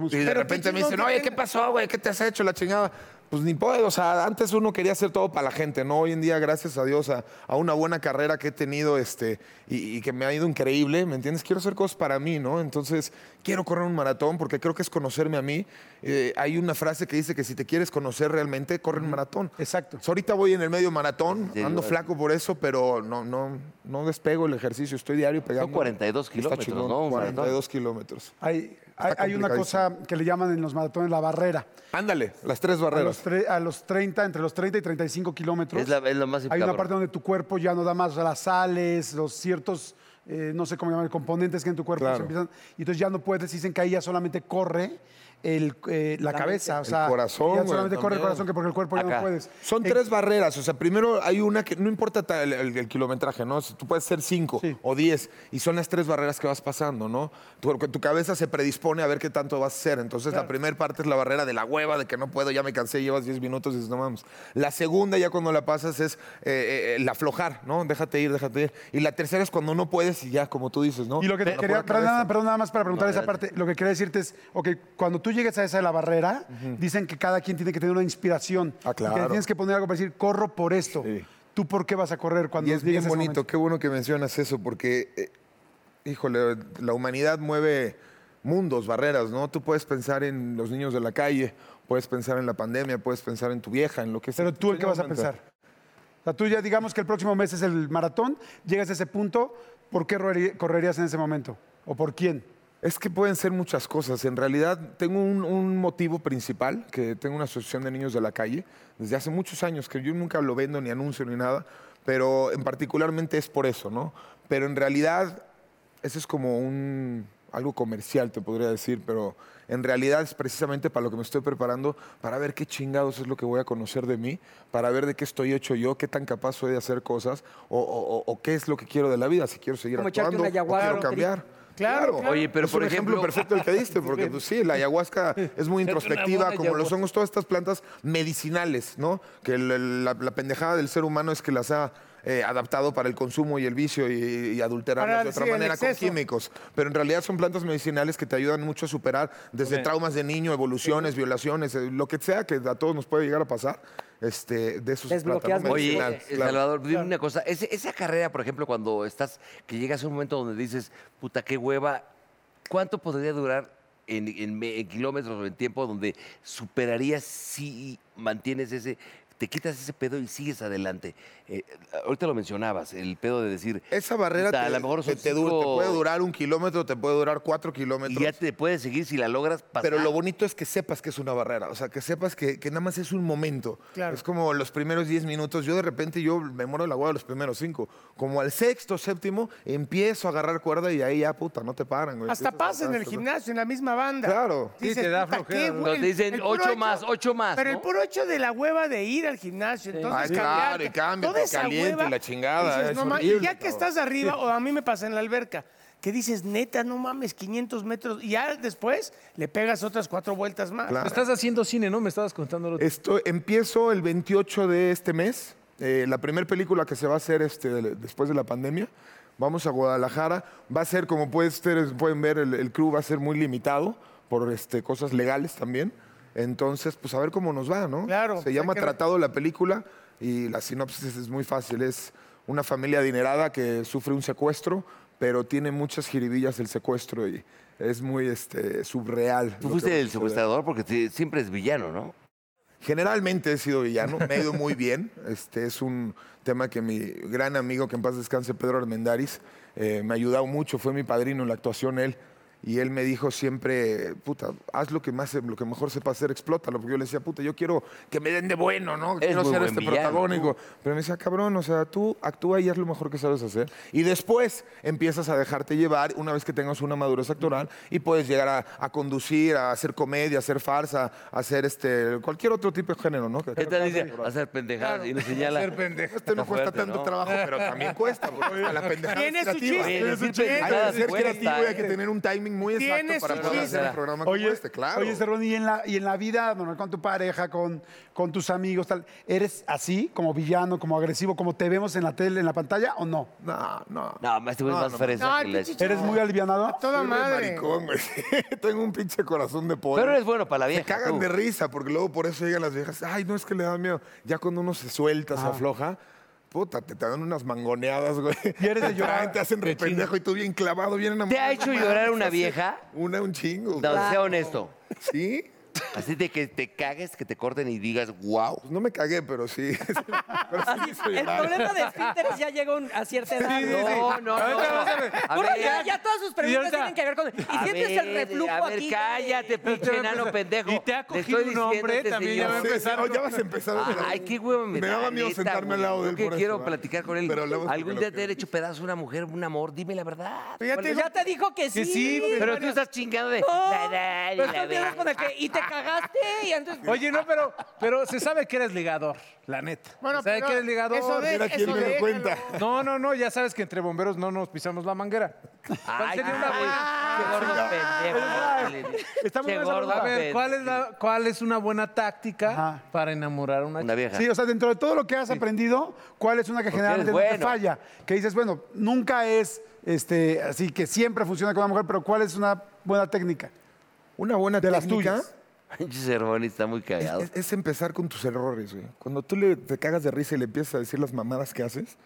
S12: Y de repente me dicen, oye, ¿qué pasó, güey? ¿Qué te has hecho la chingada? Pues ni puedo, o sea, antes uno quería hacer todo para la gente, ¿no? Hoy en día, gracias a Dios, a, a una buena carrera que he tenido este, y, y que me ha ido increíble, ¿me entiendes? Quiero hacer cosas para mí, ¿no? Entonces, quiero correr un maratón porque creo que es conocerme a mí. Eh, hay una frase que dice que si te quieres conocer realmente, corre un maratón.
S5: Exacto.
S12: So, ahorita voy en el medio maratón,
S4: Sí,
S12: ando
S4: igual.
S12: flaco por eso, pero no, no, no despego el ejercicio, estoy diario pegando.
S4: 42
S12: Está
S4: kilómetros,
S12: chingón,
S4: ¿no? Un maratón.
S12: 42 kilómetros.
S5: Hay, hay,
S12: Está
S5: hay una
S12: complicadísimo.
S5: cosa que le llaman en los maratones la barrera.
S12: Ándale, las tres
S5: A los,
S12: barreras.
S5: tre- a los 30, entre los 30 y 35 kilómetros.
S4: Es la- es la más
S5: Hay una
S4: cabrón.
S5: parte donde tu cuerpo ya no da más las sales, los ciertos, eh, no sé cómo llamar, componentes que en tu cuerpo se
S12: Claro.
S5: empiezan. Y entonces ya no puedes, dicen que ahí ya solamente corre el, eh, la, cabeza. O sea,
S12: corazón,
S5: Ya
S12: güey,
S5: solamente corre el
S12: también.
S5: corazón, que porque el cuerpo ya
S4: Acá.
S5: no puedes.
S12: Son
S5: Eh,
S12: tres barreras, o sea, primero hay una que no importa ta- el, el- el kilometraje, ¿no? Si Tú puedes ser cinco o diez y son las tres barreras que vas pasando, ¿no? Tu, tu cabeza se predispone a ver qué tanto vas a hacer, entonces la primera parte es la barrera de la hueva, de que no puedo, ya me cansé, llevas diez minutos y dices, no mames. La segunda ya cuando la pasas es eh, eh, el aflojar, ¿no? Déjate ir, déjate ir. Y la tercera es cuando no puedes y ya, como tú dices, ¿no?
S5: Y lo que te
S12: La
S5: quería,
S12: pura
S5: perdón,
S12: cabeza.
S5: nada- perdón, nada más para preguntar esa parte, lo que quería decirte es, ok, cuando tú llegues a esa de la barrera, dicen que cada quien tiene que tener una inspiración.
S12: Ah,
S5: y Que
S12: claro.
S5: tienes que poner algo para decir, corro por esto. ¿Tú por qué vas a correr cuando
S12: Y es
S5: llegues
S12: bien
S5: a ese
S12: bonito,
S5: momento?
S12: qué bueno que mencionas eso, porque, eh, híjole, la humanidad mueve mundos, barreras, ¿no? Tú puedes pensar en los niños de la calle, puedes pensar en la pandemia, puedes pensar en tu vieja, en lo que sea.
S5: Pero tú el que vas a pensar. O sea, tú ya digamos que el próximo mes es el maratón, llegas a ese punto, ¿por qué roería- correrías en ese momento? ¿O por quién?
S12: Es que pueden ser muchas cosas. En realidad, tengo un, un motivo principal, que tengo una asociación de niños de la calle desde hace muchos años, que yo nunca lo vendo, ni anuncio, ni nada, pero en particularmente es por eso, ¿no? Pero en realidad, eso es como un, algo comercial, te podría decir, pero en realidad es precisamente para lo que me estoy preparando, para ver qué chingados es lo que voy a conocer de mí, para ver de qué estoy hecho yo, qué tan capaz soy de hacer cosas, o, o- o- o qué es lo que quiero de la vida, si quiero seguir
S3: Como echarte
S12: actuando,
S3: una
S12: o
S3: ayahuasca,
S12: quiero
S3: ¿no?
S12: cambiar.
S1: Claro, claro.
S4: Oye, pero
S12: Es
S4: por
S12: un
S4: ejemplo-
S12: perfecto el que diste, porque pues, [laughs] sí, la ayahuasca [laughs] es muy introspectiva, como lo son todas estas plantas medicinales, ¿no? Que el- el- la, la pendejada del ser humano es que las ha eh, adaptado para el consumo y el vicio y, y adulterarlas
S1: Para
S12: de
S1: el-
S12: otra
S1: sí, el
S12: manera con
S1: exceso.
S12: químicos. Pero en realidad son plantas medicinales que te ayudan mucho a superar desde traumas de niño, evoluciones,
S5: Pues
S12: violaciones, eh, lo que sea que a todos nos puede llegar a pasar. Este, de esos
S3: Desbloqueas
S12: plantas
S4: Oye,
S12: medicinales,
S4: eh,
S12: claro.
S4: Salvador, dime una cosa. Ese- esa carrera, por ejemplo, cuando estás, que llegas a un momento donde dices, puta, qué hueva, ¿cuánto podría durar en, en me- en kilómetros o en tiempo donde superarías si mantienes ese te quitas ese pedo y sigues adelante. Eh, ahorita lo mencionabas, el pedo de decir.
S12: Esa barrera
S4: "Puta,
S12: te,
S4: a lo mejor
S12: te-
S4: son
S12: te du-
S4: cinco-
S12: te puede durar un kilómetro, te puede durar cuatro kilómetros.
S4: Y ya te puedes seguir si la logras pasar.
S12: Pero lo bonito es que sepas que es una barrera, o sea, que sepas que, que nada más es un momento.
S1: Claro.
S12: Es como los primeros 10 minutos, yo de repente yo me muero el agua de los primeros 5. Como al sexto, séptimo, empiezo a agarrar cuerda y ahí ya, puta, no te paran. güey.
S1: Hasta
S12: Empiezas a
S1: pasa en el
S12: agarrar-
S1: gimnasio, en la misma banda.
S12: Claro.
S13: Sí, te da
S1: "Puta, qué
S13: flojera, ¿no?
S1: güey".
S4: Te dicen,
S1: El puro
S4: "Ocho más, ocho más",
S1: Pero
S4: ¿no?
S1: el puro hecho de la hueva de ir al gimnasio, entonces
S12: Ay, claro,
S1: cambiarte,
S12: y cámbiate,
S1: toda esa
S12: caliente,
S1: hueva,
S12: la chingada,
S1: dices,
S12: es
S1: "No ma-". y
S12: horrible,
S1: ya que
S12: cabrón.
S1: estás arriba, o a mí me pasa en la alberca, que dices, neta, no mames, 500 metros. Y ya después le pegas otras cuatro vueltas más. Pues
S12: Claro.
S13: Estás haciendo cine, ¿no? Me estabas contando lo
S12: Esto, empiezo el 28 de este mes, eh, la primera película que se va a hacer este, de- después de la pandemia. Vamos a Guadalajara. Va a ser, como puede ustedes pueden ver, el, el club va a ser muy limitado por este, cosas legales también. Entonces, pues a ver cómo nos va, ¿no?
S1: Claro,
S12: Se
S1: pues,
S12: llama
S1: hay que-
S12: Tratado la película y la sinopsis es muy fácil. Es una familia adinerada que sufre un secuestro, pero tiene muchas jiribillas del secuestro y es muy este, subreal.
S4: Tú
S12: lo
S4: fuiste
S12: que va a
S4: el
S12: suceder.
S4: secuestrador porque te- siempre es villano, ¿no?
S12: Generalmente he sido villano, me he ido muy bien. Este es un tema que mi gran amigo, que en paz descanse, Pedro Armendaris, eh, me ha ayudado mucho, fue mi padrino en la actuación él. Y él me dijo siempre, puta, haz lo que, más, lo que mejor sepa hacer, explótalo. Porque yo le decía, puta, yo quiero que me den de bueno, ¿no?
S4: Es
S12: Quiero
S4: muy
S12: ser
S4: buen
S12: este
S4: villano,
S12: protagónico. Pero me decía, cabrón, o sea, tú actúa y haz lo mejor que sabes hacer. Y después empiezas a dejarte llevar una vez que tengas una madurez actoral y puedes llegar a, a conducir, a hacer comedia, a hacer farsa, a hacer este, cualquier otro tipo de género, ¿no? Que-
S4: ¿Qué tal dice? Hacer pendejadas y nos señala.
S13: Hacer pendejadas.
S12: Este no
S4: Está
S12: cuesta
S4: fuerte,
S12: tanto
S4: ¿no?
S12: trabajo, pero también cuesta, porque hasta la pendejada
S1: Tiene
S12: es
S1: su
S12: creativa.
S1: chiste,
S4: Oye,
S1: tiene su
S4: decir
S1: chiste.
S12: Hay que
S4: pendejadas
S12: ser
S4: cuesta,
S12: creativo y hay que
S4: ¿eh?
S12: tener un timing muy
S1: Tiene
S12: exacto para
S1: su
S12: poder
S1: chiste.
S12: hacer un programa como este, claro.
S5: Oye, Cerrón, y en la, y en la vida, Manuel, con tu pareja, con, con tus amigos, tal, ¿eres así, como villano, como agresivo, como te vemos en la tele, en la pantalla, o no?
S12: No, no.
S4: No, este güey es más fresa
S1: No,
S4: que
S1: el
S4: la
S1: pinche
S4: ch-
S5: ¿Eres muy alivianado?
S1: Toda
S12: Soy re
S1: madre.
S12: maricón, güey. [laughs] Tengo un pinche corazón de pollo.
S4: Pero eres bueno para la vieja.
S12: Se cagan
S4: tú.
S12: de risa, porque luego por eso llegan las viejas. Ay, no es que le da miedo. Ya cuando uno se suelta, se afloja, puta, te, te dan unas mangoneadas, güey.
S5: Y eres de
S12: Te
S5: llorar.
S12: traen, Te hacen re pendejo y tú bien clavado, bien
S4: ¿Te
S12: enamorado.
S4: ha hecho
S12: [laughs]
S4: llorar una vieja?
S12: Una, un chingo.
S4: No,
S12: güey.
S4: sea honesto.
S12: ¿Sí?
S4: Así de que te cagues, que te corten y digas, wow.
S12: Pues no me cagué, pero sí. [laughs] pero sí me hizo
S3: El
S12: llorar.
S3: problema de esfínteres ya llega a un- a cierta edad.
S4: No, no, no. A
S3: Uno
S4: ver,
S3: ya, ya todas sus preguntas
S13: ahorita-
S3: tienen que ver con... Y
S4: a
S3: sientes el
S4: ver,
S3: reflujo
S4: A ver,
S3: aquí.
S4: cállate, pinche enano pendejo.
S13: Y te ha
S4: Le
S13: cogido
S4: estoy
S13: un
S4: diciendo
S13: hombre,
S4: a este
S13: también
S4: señor.
S13: ya va a
S12: Sí, sí,
S13: empezar.
S12: no, ya vas a empezar. otra
S4: Ah, Ay,
S12: vez.
S4: qué huevo me
S12: Me daba miedo
S4: neta,
S12: sentarme
S4: güey.
S12: al lado
S4: Yo
S12: de él
S4: que
S12: por eso,
S4: quiero
S1: ¿eh?
S12: ¿vale?
S4: platicar con él.
S12: Pero hablamos porque
S4: Algún
S12: lo
S4: día te
S12: quiero.
S4: he hecho pedazo una mujer, un amor. Dime la verdad.
S1: Pero ya
S3: Pero
S1: te-
S3: ya te dijo que sí.
S13: sí,
S4: Pero tú estás chingando de...
S3: No,
S4: la, la,
S3: Oh, pero
S4: la,
S3: tú empiezas
S4: la.
S3: con el que, y te cagaste y
S13: [laughs]
S3: entonces...
S13: Oye, no, pero, pero se sabe que eres ligador, la neta.
S1: Bueno,
S13: se sabe
S1: pero
S13: que eres ligador.
S1: eso de-
S12: Mira quién
S1: eso
S12: me lo
S1: déjalo.
S12: cuenta.
S13: No, no, no, ya sabes que entre bomberos no nos pisamos la manguera. ¿Cuál
S4: Ay, Ah,
S13: sería una
S4: qué gordo pendejo.
S5: Está muy
S4: Qué
S5: buena esa
S4: gordo
S13: buena- A ver,
S4: pendejo.
S13: ¿cuál es, la- cuál es una buena táctica
S5: Ajá.
S13: para enamorar a una,
S4: Una
S13: chica?
S4: vieja.
S5: Sí, o sea, dentro de todo lo que has aprendido, ¿cuál es una que
S4: Porque
S5: generalmente
S4: eres
S5: no te
S4: bueno.
S5: falla? Que dices, bueno, nunca es este, así que siempre funciona con una mujer, pero ¿cuál es una buena técnica?
S12: Una buena
S5: De las
S12: técnica
S5: tuyas.
S4: Pinche Cervoni está muy cagado.
S12: Es, es empezar con tus errores, güey. Cuando tú le, te cagas de risa y le empiezas a decir las mamadas que haces,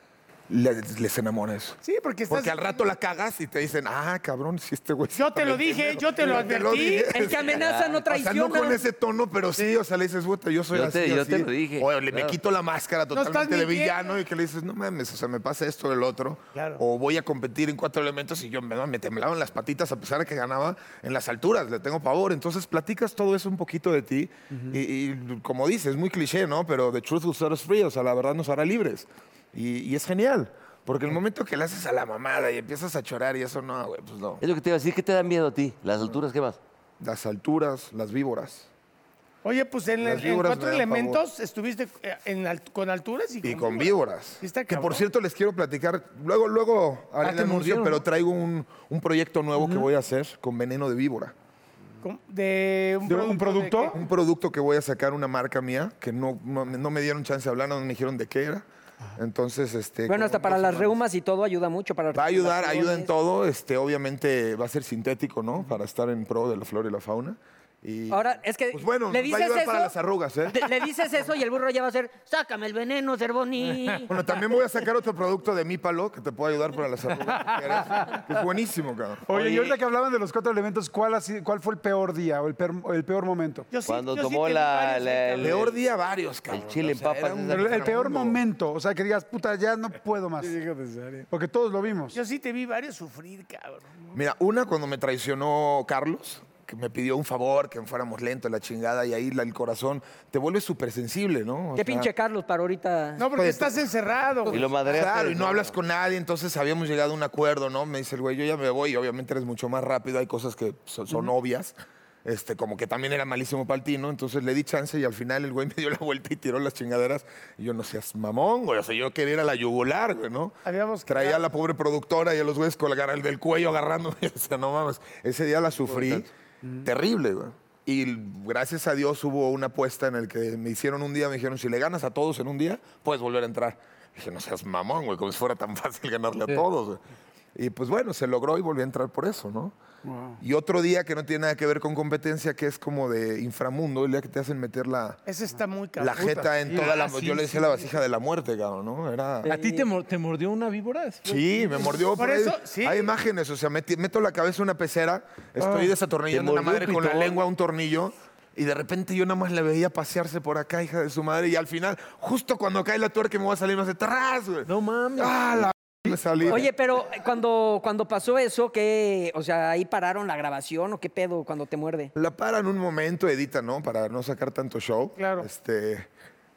S12: le- les enamora eso.
S1: Sí, porque estás...
S12: Porque al rato la cagas y te dicen, ah, cabrón, si este güey...
S1: Yo te lo dije, yo te lo advertí.
S12: dije.
S3: El que amenaza no
S12: Este, O sea, no
S3: traiciona.
S12: con ese tono, pero sí, o sea, le dices, puta, yo soy
S4: Yo
S12: así,
S4: te- yo
S12: así".
S4: te lo dije,
S12: O le, me
S4: claro.
S12: quito la máscara
S1: estás
S12: totalmente de
S1: mintiendo.
S12: villano y que le dices, Ah, no mames, o sea, me pasa esto del otro.
S1: Claro.
S12: O voy a competir en cuatro elementos y yo me, me temblaban las patitas a pesar de que ganaba en las alturas, le tengo pavor. Entonces platicas todo eso un poquito de ti y, y como dices, muy cliché, ¿no? Pero the truth will set us free, o sea, la verdad nos hará libres. Y, y es genial. Porque el momento que le haces a la mamada y empiezas a chorar y eso no, güey, pues no.
S4: Es lo que te iba a decir. ¿Qué te da miedo a ti? ¿Las alturas qué más?
S12: Las alturas, las víboras.
S1: Oye, pues en,
S12: Las
S1: en
S12: víboras
S1: cuatro
S12: me dan
S1: elementos estuviste eh, en alt- con alturas y,
S12: Y con víboras.
S1: Sí está
S12: que por
S1: cabrón.
S12: cierto les quiero platicar, luego, luego haré
S13: Ah,
S12: el
S13: te
S12: anuncio,
S13: mordieron,
S12: pero
S13: ¿no?
S12: traigo un, un proyecto nuevo que voy a hacer con veneno de víbora.
S1: con- De un
S5: ¿De
S1: producto.
S5: un
S1: de que-
S5: producto?
S12: Un producto que voy a sacar, una marca mía, que no, no, no me dieron chance de hablar, no me dijeron de qué era. Entonces, este.
S3: Bueno,
S12: como
S3: hasta
S12: en
S3: para
S12: dos
S3: las
S12: semanas.
S3: reumas y todo ayuda mucho. Para
S12: Va a ayudar, ayuda en
S3: articulaciones.
S12: todo. Este, obviamente va a ser sintético, ¿no? Para estar en pro de la flora y la fauna. Y,
S3: Ahora, es que
S12: pues bueno,
S3: le
S12: nos va a
S3: dices
S12: ayudar
S3: eso,
S12: para las arrugas, ¿eh?
S3: Le, le dices eso y el burro ya va a ser, sácame el
S12: [laughs]
S3: veneno, Cervoni.
S12: Bueno, también voy a sacar otro producto de mi palo que te puede ayudar para las arrugas. si quieres, que es buenísimo, cabrón.
S13: Oye, y ahorita que hablaban de los cuatro elementos, ¿cuál, ha sido- cuál fue el peor día o el peor, el peor momento?
S1: Yo sí-
S4: Cuando
S1: yo sí
S4: tomó
S1: tengo
S4: la,
S1: varios,
S4: la-
S1: eh,
S4: el,
S1: cabrón.
S12: Peor día varios, cabrón.
S4: el chile en
S12: O sea,
S4: papas.
S12: era un-
S4: esa
S13: El, el
S4: cosa.
S13: peor momento, o sea, que digas, puta, ya no puedo más. Porque todos lo vimos.
S1: Yo sí te vi varios sufrir, cabrón.
S12: Mira, una cuando me traicionó Carlos, que me pidió un favor, que fuéramos lentos, la chingada, y ahí la- el corazón te vuelve súper sensible, ¿no? O
S3: Qué
S12: sea,
S3: pinche Carlos para ahorita.
S1: No, porque estás encerrado.
S4: Y
S1: güey.
S4: lo madreaste.
S12: Claro, y
S4: de
S12: no
S4: nuevo.
S12: hablas con nadie, entonces habíamos llegado a un acuerdo, ¿no? Me dice el güey, yo ya me voy, y obviamente eres mucho más rápido, hay cosas que son, son obvias. Este, como que también era malísimo para el tino, entonces le di chance y al final el güey [laughs] me dio la vuelta y tiró las chingaderas. Y yo, no seas mamón, güey, o sea, yo quería ir a la yugular, güey, ¿no?
S1: Habíamos
S12: Traía a la pobre productora y a los güeyes colgar el del cuello agarrándome, [laughs] o sea, no mames. Ese día la sufrí terrible, güey. Y gracias a Dios hubo una apuesta en el que me hicieron un día, me dijeron, si le ganas a todos en un día, puedes volver a entrar. Dije, no seas mamón, güey, como si fuera tan [laughs] fácil ganarle a todos, güey. Y pues bueno, se logró y volví a entrar por eso, ¿no? Y otro día que no tiene nada que ver con competencia, que es como de inframundo, el día que te hacen meter la,
S1: Ese está muy
S12: la
S1: cabrón.
S12: jeta en toda
S13: Ah,
S12: la...
S13: sí,
S12: yo le decía
S13: sí,
S12: la vasija de la muerte, cabrón, ¿no? Era...
S13: ¿A ti te, mor- te mordió una víbora?
S12: Sí, me mordió.
S1: Por
S12: por ahí.
S1: eso, sí.
S12: Hay imágenes, o sea, meti- meto la cabeza en una pecera, estoy desatornillando
S4: Te
S12: la
S4: mordió
S12: madre
S4: un
S12: con la
S4: pitón.
S12: lengua un tornillo. Y de repente yo nada más la veía pasearse por acá, hija de su madre. Y al final, justo cuando cae la tuerca, me voy a salir más de terraz, güey.
S13: No mames.
S12: ¡Ah, la me salí!
S3: Oye, pero eh, cuando, cuando pasó eso, ¿qué? O sea, ahí pararon la grabación o qué pedo cuando te muerde.
S12: La paran un momento, edita, ¿no? Para no sacar tanto show.
S1: Claro.
S12: Este,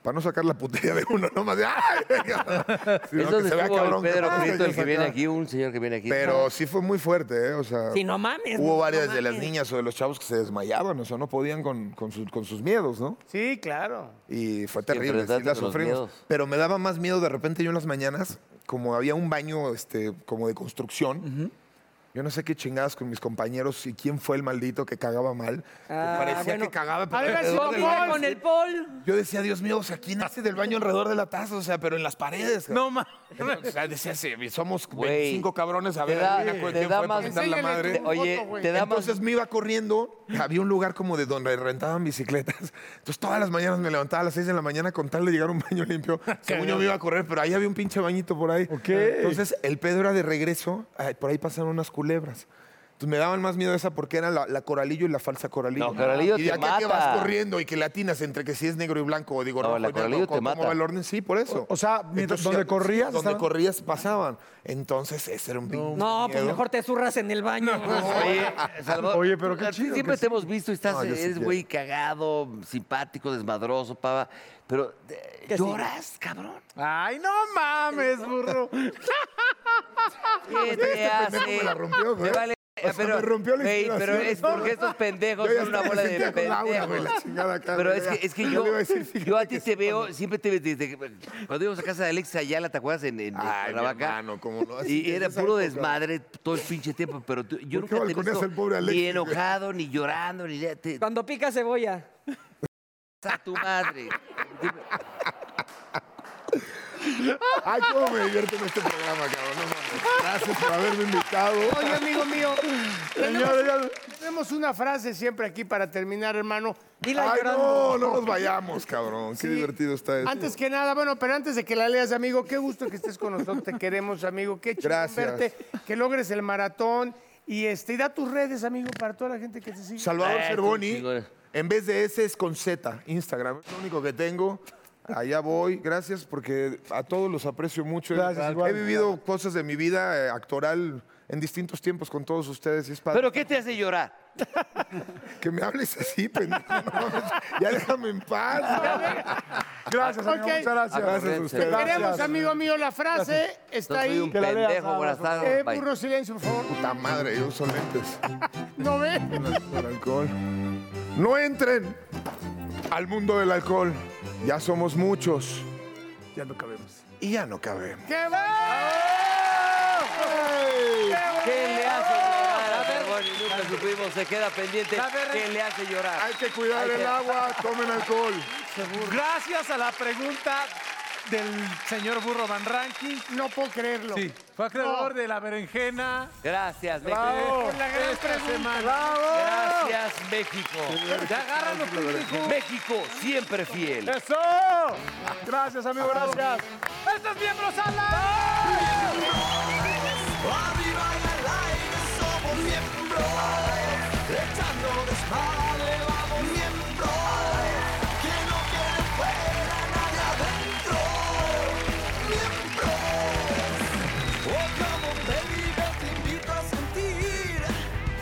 S12: para no sacar la putería de uno, nomás de ¡ay! [laughs] Sino
S4: Es
S12: que
S4: donde
S12: se vea
S4: estuvo el
S12: cabrón, que
S4: Pedro
S12: pasa,
S4: Prieto,
S12: yo
S4: el que viene
S12: saca.
S4: aquí, un señor que viene aquí.
S12: Pero sí fue muy fuerte, ¿eh? O sea,
S3: Sí, no [laughs] mames.
S12: hubo
S3: no
S12: varias de
S3: mames.
S12: las niñas o de los chavos que se desmayaban, o sea, no podían con, con sus- con sus miedos, ¿no?
S1: Sí, claro.
S12: Y fue terrible, sí
S4: enfrentarte
S12: la
S4: con los
S12: sufrimos.
S4: miedos.
S12: Pero me daba más miedo de repente yo en las mañanas, como había un baño este, como de construcción. Yo no sé qué chingadas con mis compañeros y quién fue el maldito que cagaba mal. que
S3: Ah,
S12: parecía
S3: bueno.
S12: que cagaba, pero
S1: Haber sido
S12: alrededor del
S1: Pol.
S12: baño.
S3: con el Paul.
S12: Yo decía, Dios mío, o sea, ¿quién hace del baño alrededor de la taza? O sea, pero en las paredes. No,
S13: mames.
S12: O sea, decía, sí, somos
S4: Güey,
S12: 25 cabrones a
S4: te
S12: ver.
S4: da-
S12: adivina cuál-
S4: te
S12: quién
S4: da
S12: fue para
S4: más-
S12: mentar la madre.
S4: Te- Oye,
S1: Foto, güey.
S4: te da más.
S12: Entonces me iba corriendo, había un lugar como de donde rentaban bicicletas. Entonces todas las mañanas me levantaba a las 6 de la mañana con tal de llegar a un baño limpio. Según yo me iba a correr, pero ahí había un pinche bañito por ahí. Entonces el pedo era de regreso, ay, por ahí pasaron unas culebras. Entonces me daban más miedo esa porque era la, la coralillo y la falsa coralillo.
S4: No, coralillo
S12: y de
S4: te
S12: acá que vas
S4: mata.
S12: corriendo y que latinas entre que si es negro y blanco o digo
S4: No,
S12: rojo
S4: la
S12: y blanco,
S4: coralillo te
S12: ¿cómo
S4: mata.
S12: va el orden? Sí, por eso.
S13: O- o sea, mientras-
S12: Entonces,
S13: donde
S12: sí,
S13: corrías,
S12: Donde
S13: estaban.
S12: corrías pasaban. Entonces ese era un pinche
S3: No, pues
S12: miedo.
S3: mejor te zurras en el baño.
S4: Oye, Salvador,
S13: Oye, pero qué
S4: a ti
S13: chido
S4: Siempre
S13: que
S4: te hemos visto y estás,
S12: No, yo sí
S4: eres
S12: quiero.
S4: güey cagado, simpático, desmadroso, pava. Pero, eh,
S3: Que sí.
S4: ¿lloras, cabrón?
S13: Ay, no mames, burro.
S4: ¿Qué te
S12: Este pendejo
S4: este
S12: me
S4: hace?
S12: la rompió, güey.
S4: Te vale- pero,
S12: me rompió la
S4: güey,
S12: inspiración.
S4: pero es porque estos pendejos
S12: Yo ya
S4: son una
S12: estaba
S4: bola de
S12: sentía con Laura, güey, la
S4: pendejos.
S12: chingada acá,
S4: Pero
S12: güey,
S4: es
S12: ya.
S4: que, es que
S12: Yo
S4: yo,
S12: le iba a decir, fíjate
S4: yo a ti
S12: que
S4: te veo, siempre te desde que- cuando íbamos a casa de Alex Ayala, ¿te acuerdas? En, en, en
S12: Ay, mi
S4: Cuernavaca?
S12: hermano, cómo no. Así
S4: Y
S12: es
S4: era
S12: esa
S4: puro
S12: época.
S4: desmadre todo el pinche tiempo, pero tú- yo
S12: ¿Por qué
S4: nunca te he
S12: balconeas
S4: visto
S12: al pobre Alexis,
S4: ni
S12: güey?
S4: enojado, ni llorando, ni nada. Te-
S3: Cuando pica cebolla.
S4: [laughs] a tu madre.
S12: Ay, cómo me divierto en este programa, cabrón. No mames. Gracias por haberme invitado.
S1: Oye,
S13: [laughs]
S1: amigo mío, tenemos, tenemos una frase siempre aquí para terminar, hermano.
S3: Dila
S12: Ay, no,
S3: llorando.
S12: no nos vayamos, cabrón. Qué
S1: Sí.
S12: divertido está esto.
S1: Antes que nada, bueno, pero antes de que la leas, amigo, qué gusto que estés con nosotros, te queremos, amigo, qué chido
S12: Gracias.
S1: verte, que logres el maratón y este, y da tus redes, amigo, para toda la gente que te sigue.
S12: Salvador
S4: Eh,
S12: Cervoni,
S4: tú, chingón.
S12: en vez de ese es con Z, Instagram. Es lo único que tengo. Allá voy, gracias porque a todos los aprecio mucho.
S13: Gracias, igual.
S12: He vivido cosas de mi vida eh, actoral en distintos tiempos con todos ustedes y es padre.
S4: ¿Pero qué te hace llorar?
S12: Que me hables así, pendejo. no mames. ya déjame en paz.
S13: Gracias, amigo,
S1: Ok.
S13: muchas gracias.
S12: Gracias a
S1: Te
S12: ustedes.
S1: queremos, amigo mío, la frase está
S4: Soy un
S13: la
S1: ahí.
S13: leas,
S3: ah,
S4: pendejo,
S13: nada
S4: buenas
S13: más.
S4: tardes.
S1: Eh,
S4: bye.
S1: burro, silencio, por favor.
S12: Puta madre, yo uso lentes.
S1: No ve.
S12: Al alcohol. No entren al mundo del alcohol. Ya somos muchos. Ya no cabemos. Y ya no cabemos.
S1: ¡Qué bueno!
S4: ¿Qué le hace llorar a Cervoni? Nunca supimos, se queda pendiente. ¿Qué le hace llorar?
S12: Hay que cuidar el agua, tomen alcohol.
S13: Gracias a la pregunta
S2: del señor Burro Van Ranking.
S1: No puedo creerlo.
S2: Sí, fue acreedor de la berenjena.
S4: Gracias,
S2: Bravo.
S4: México.
S2: Por la gran
S4: Esta
S2: pregunta.
S4: semana.
S2: Bravo.
S4: Gracias, México.
S2: Ya agárralo, pendejo.
S4: México, siempre fiel.
S13: ¡Eso! Gracias, amigo, gracias.
S2: ¡Esto Este es Miembros al Aire!
S10: Oh,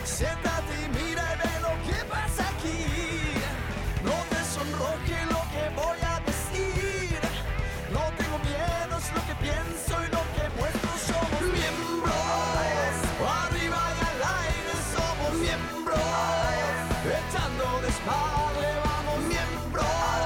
S10: Siéntate y mira y ve lo que pasa aquí. No te sonroje lo que voy a decir. No tengo miedo, es lo que pienso y lo que muestro. Somos miembros. Arriba y al aire somos miembros. Echando de espalda vamos miembros.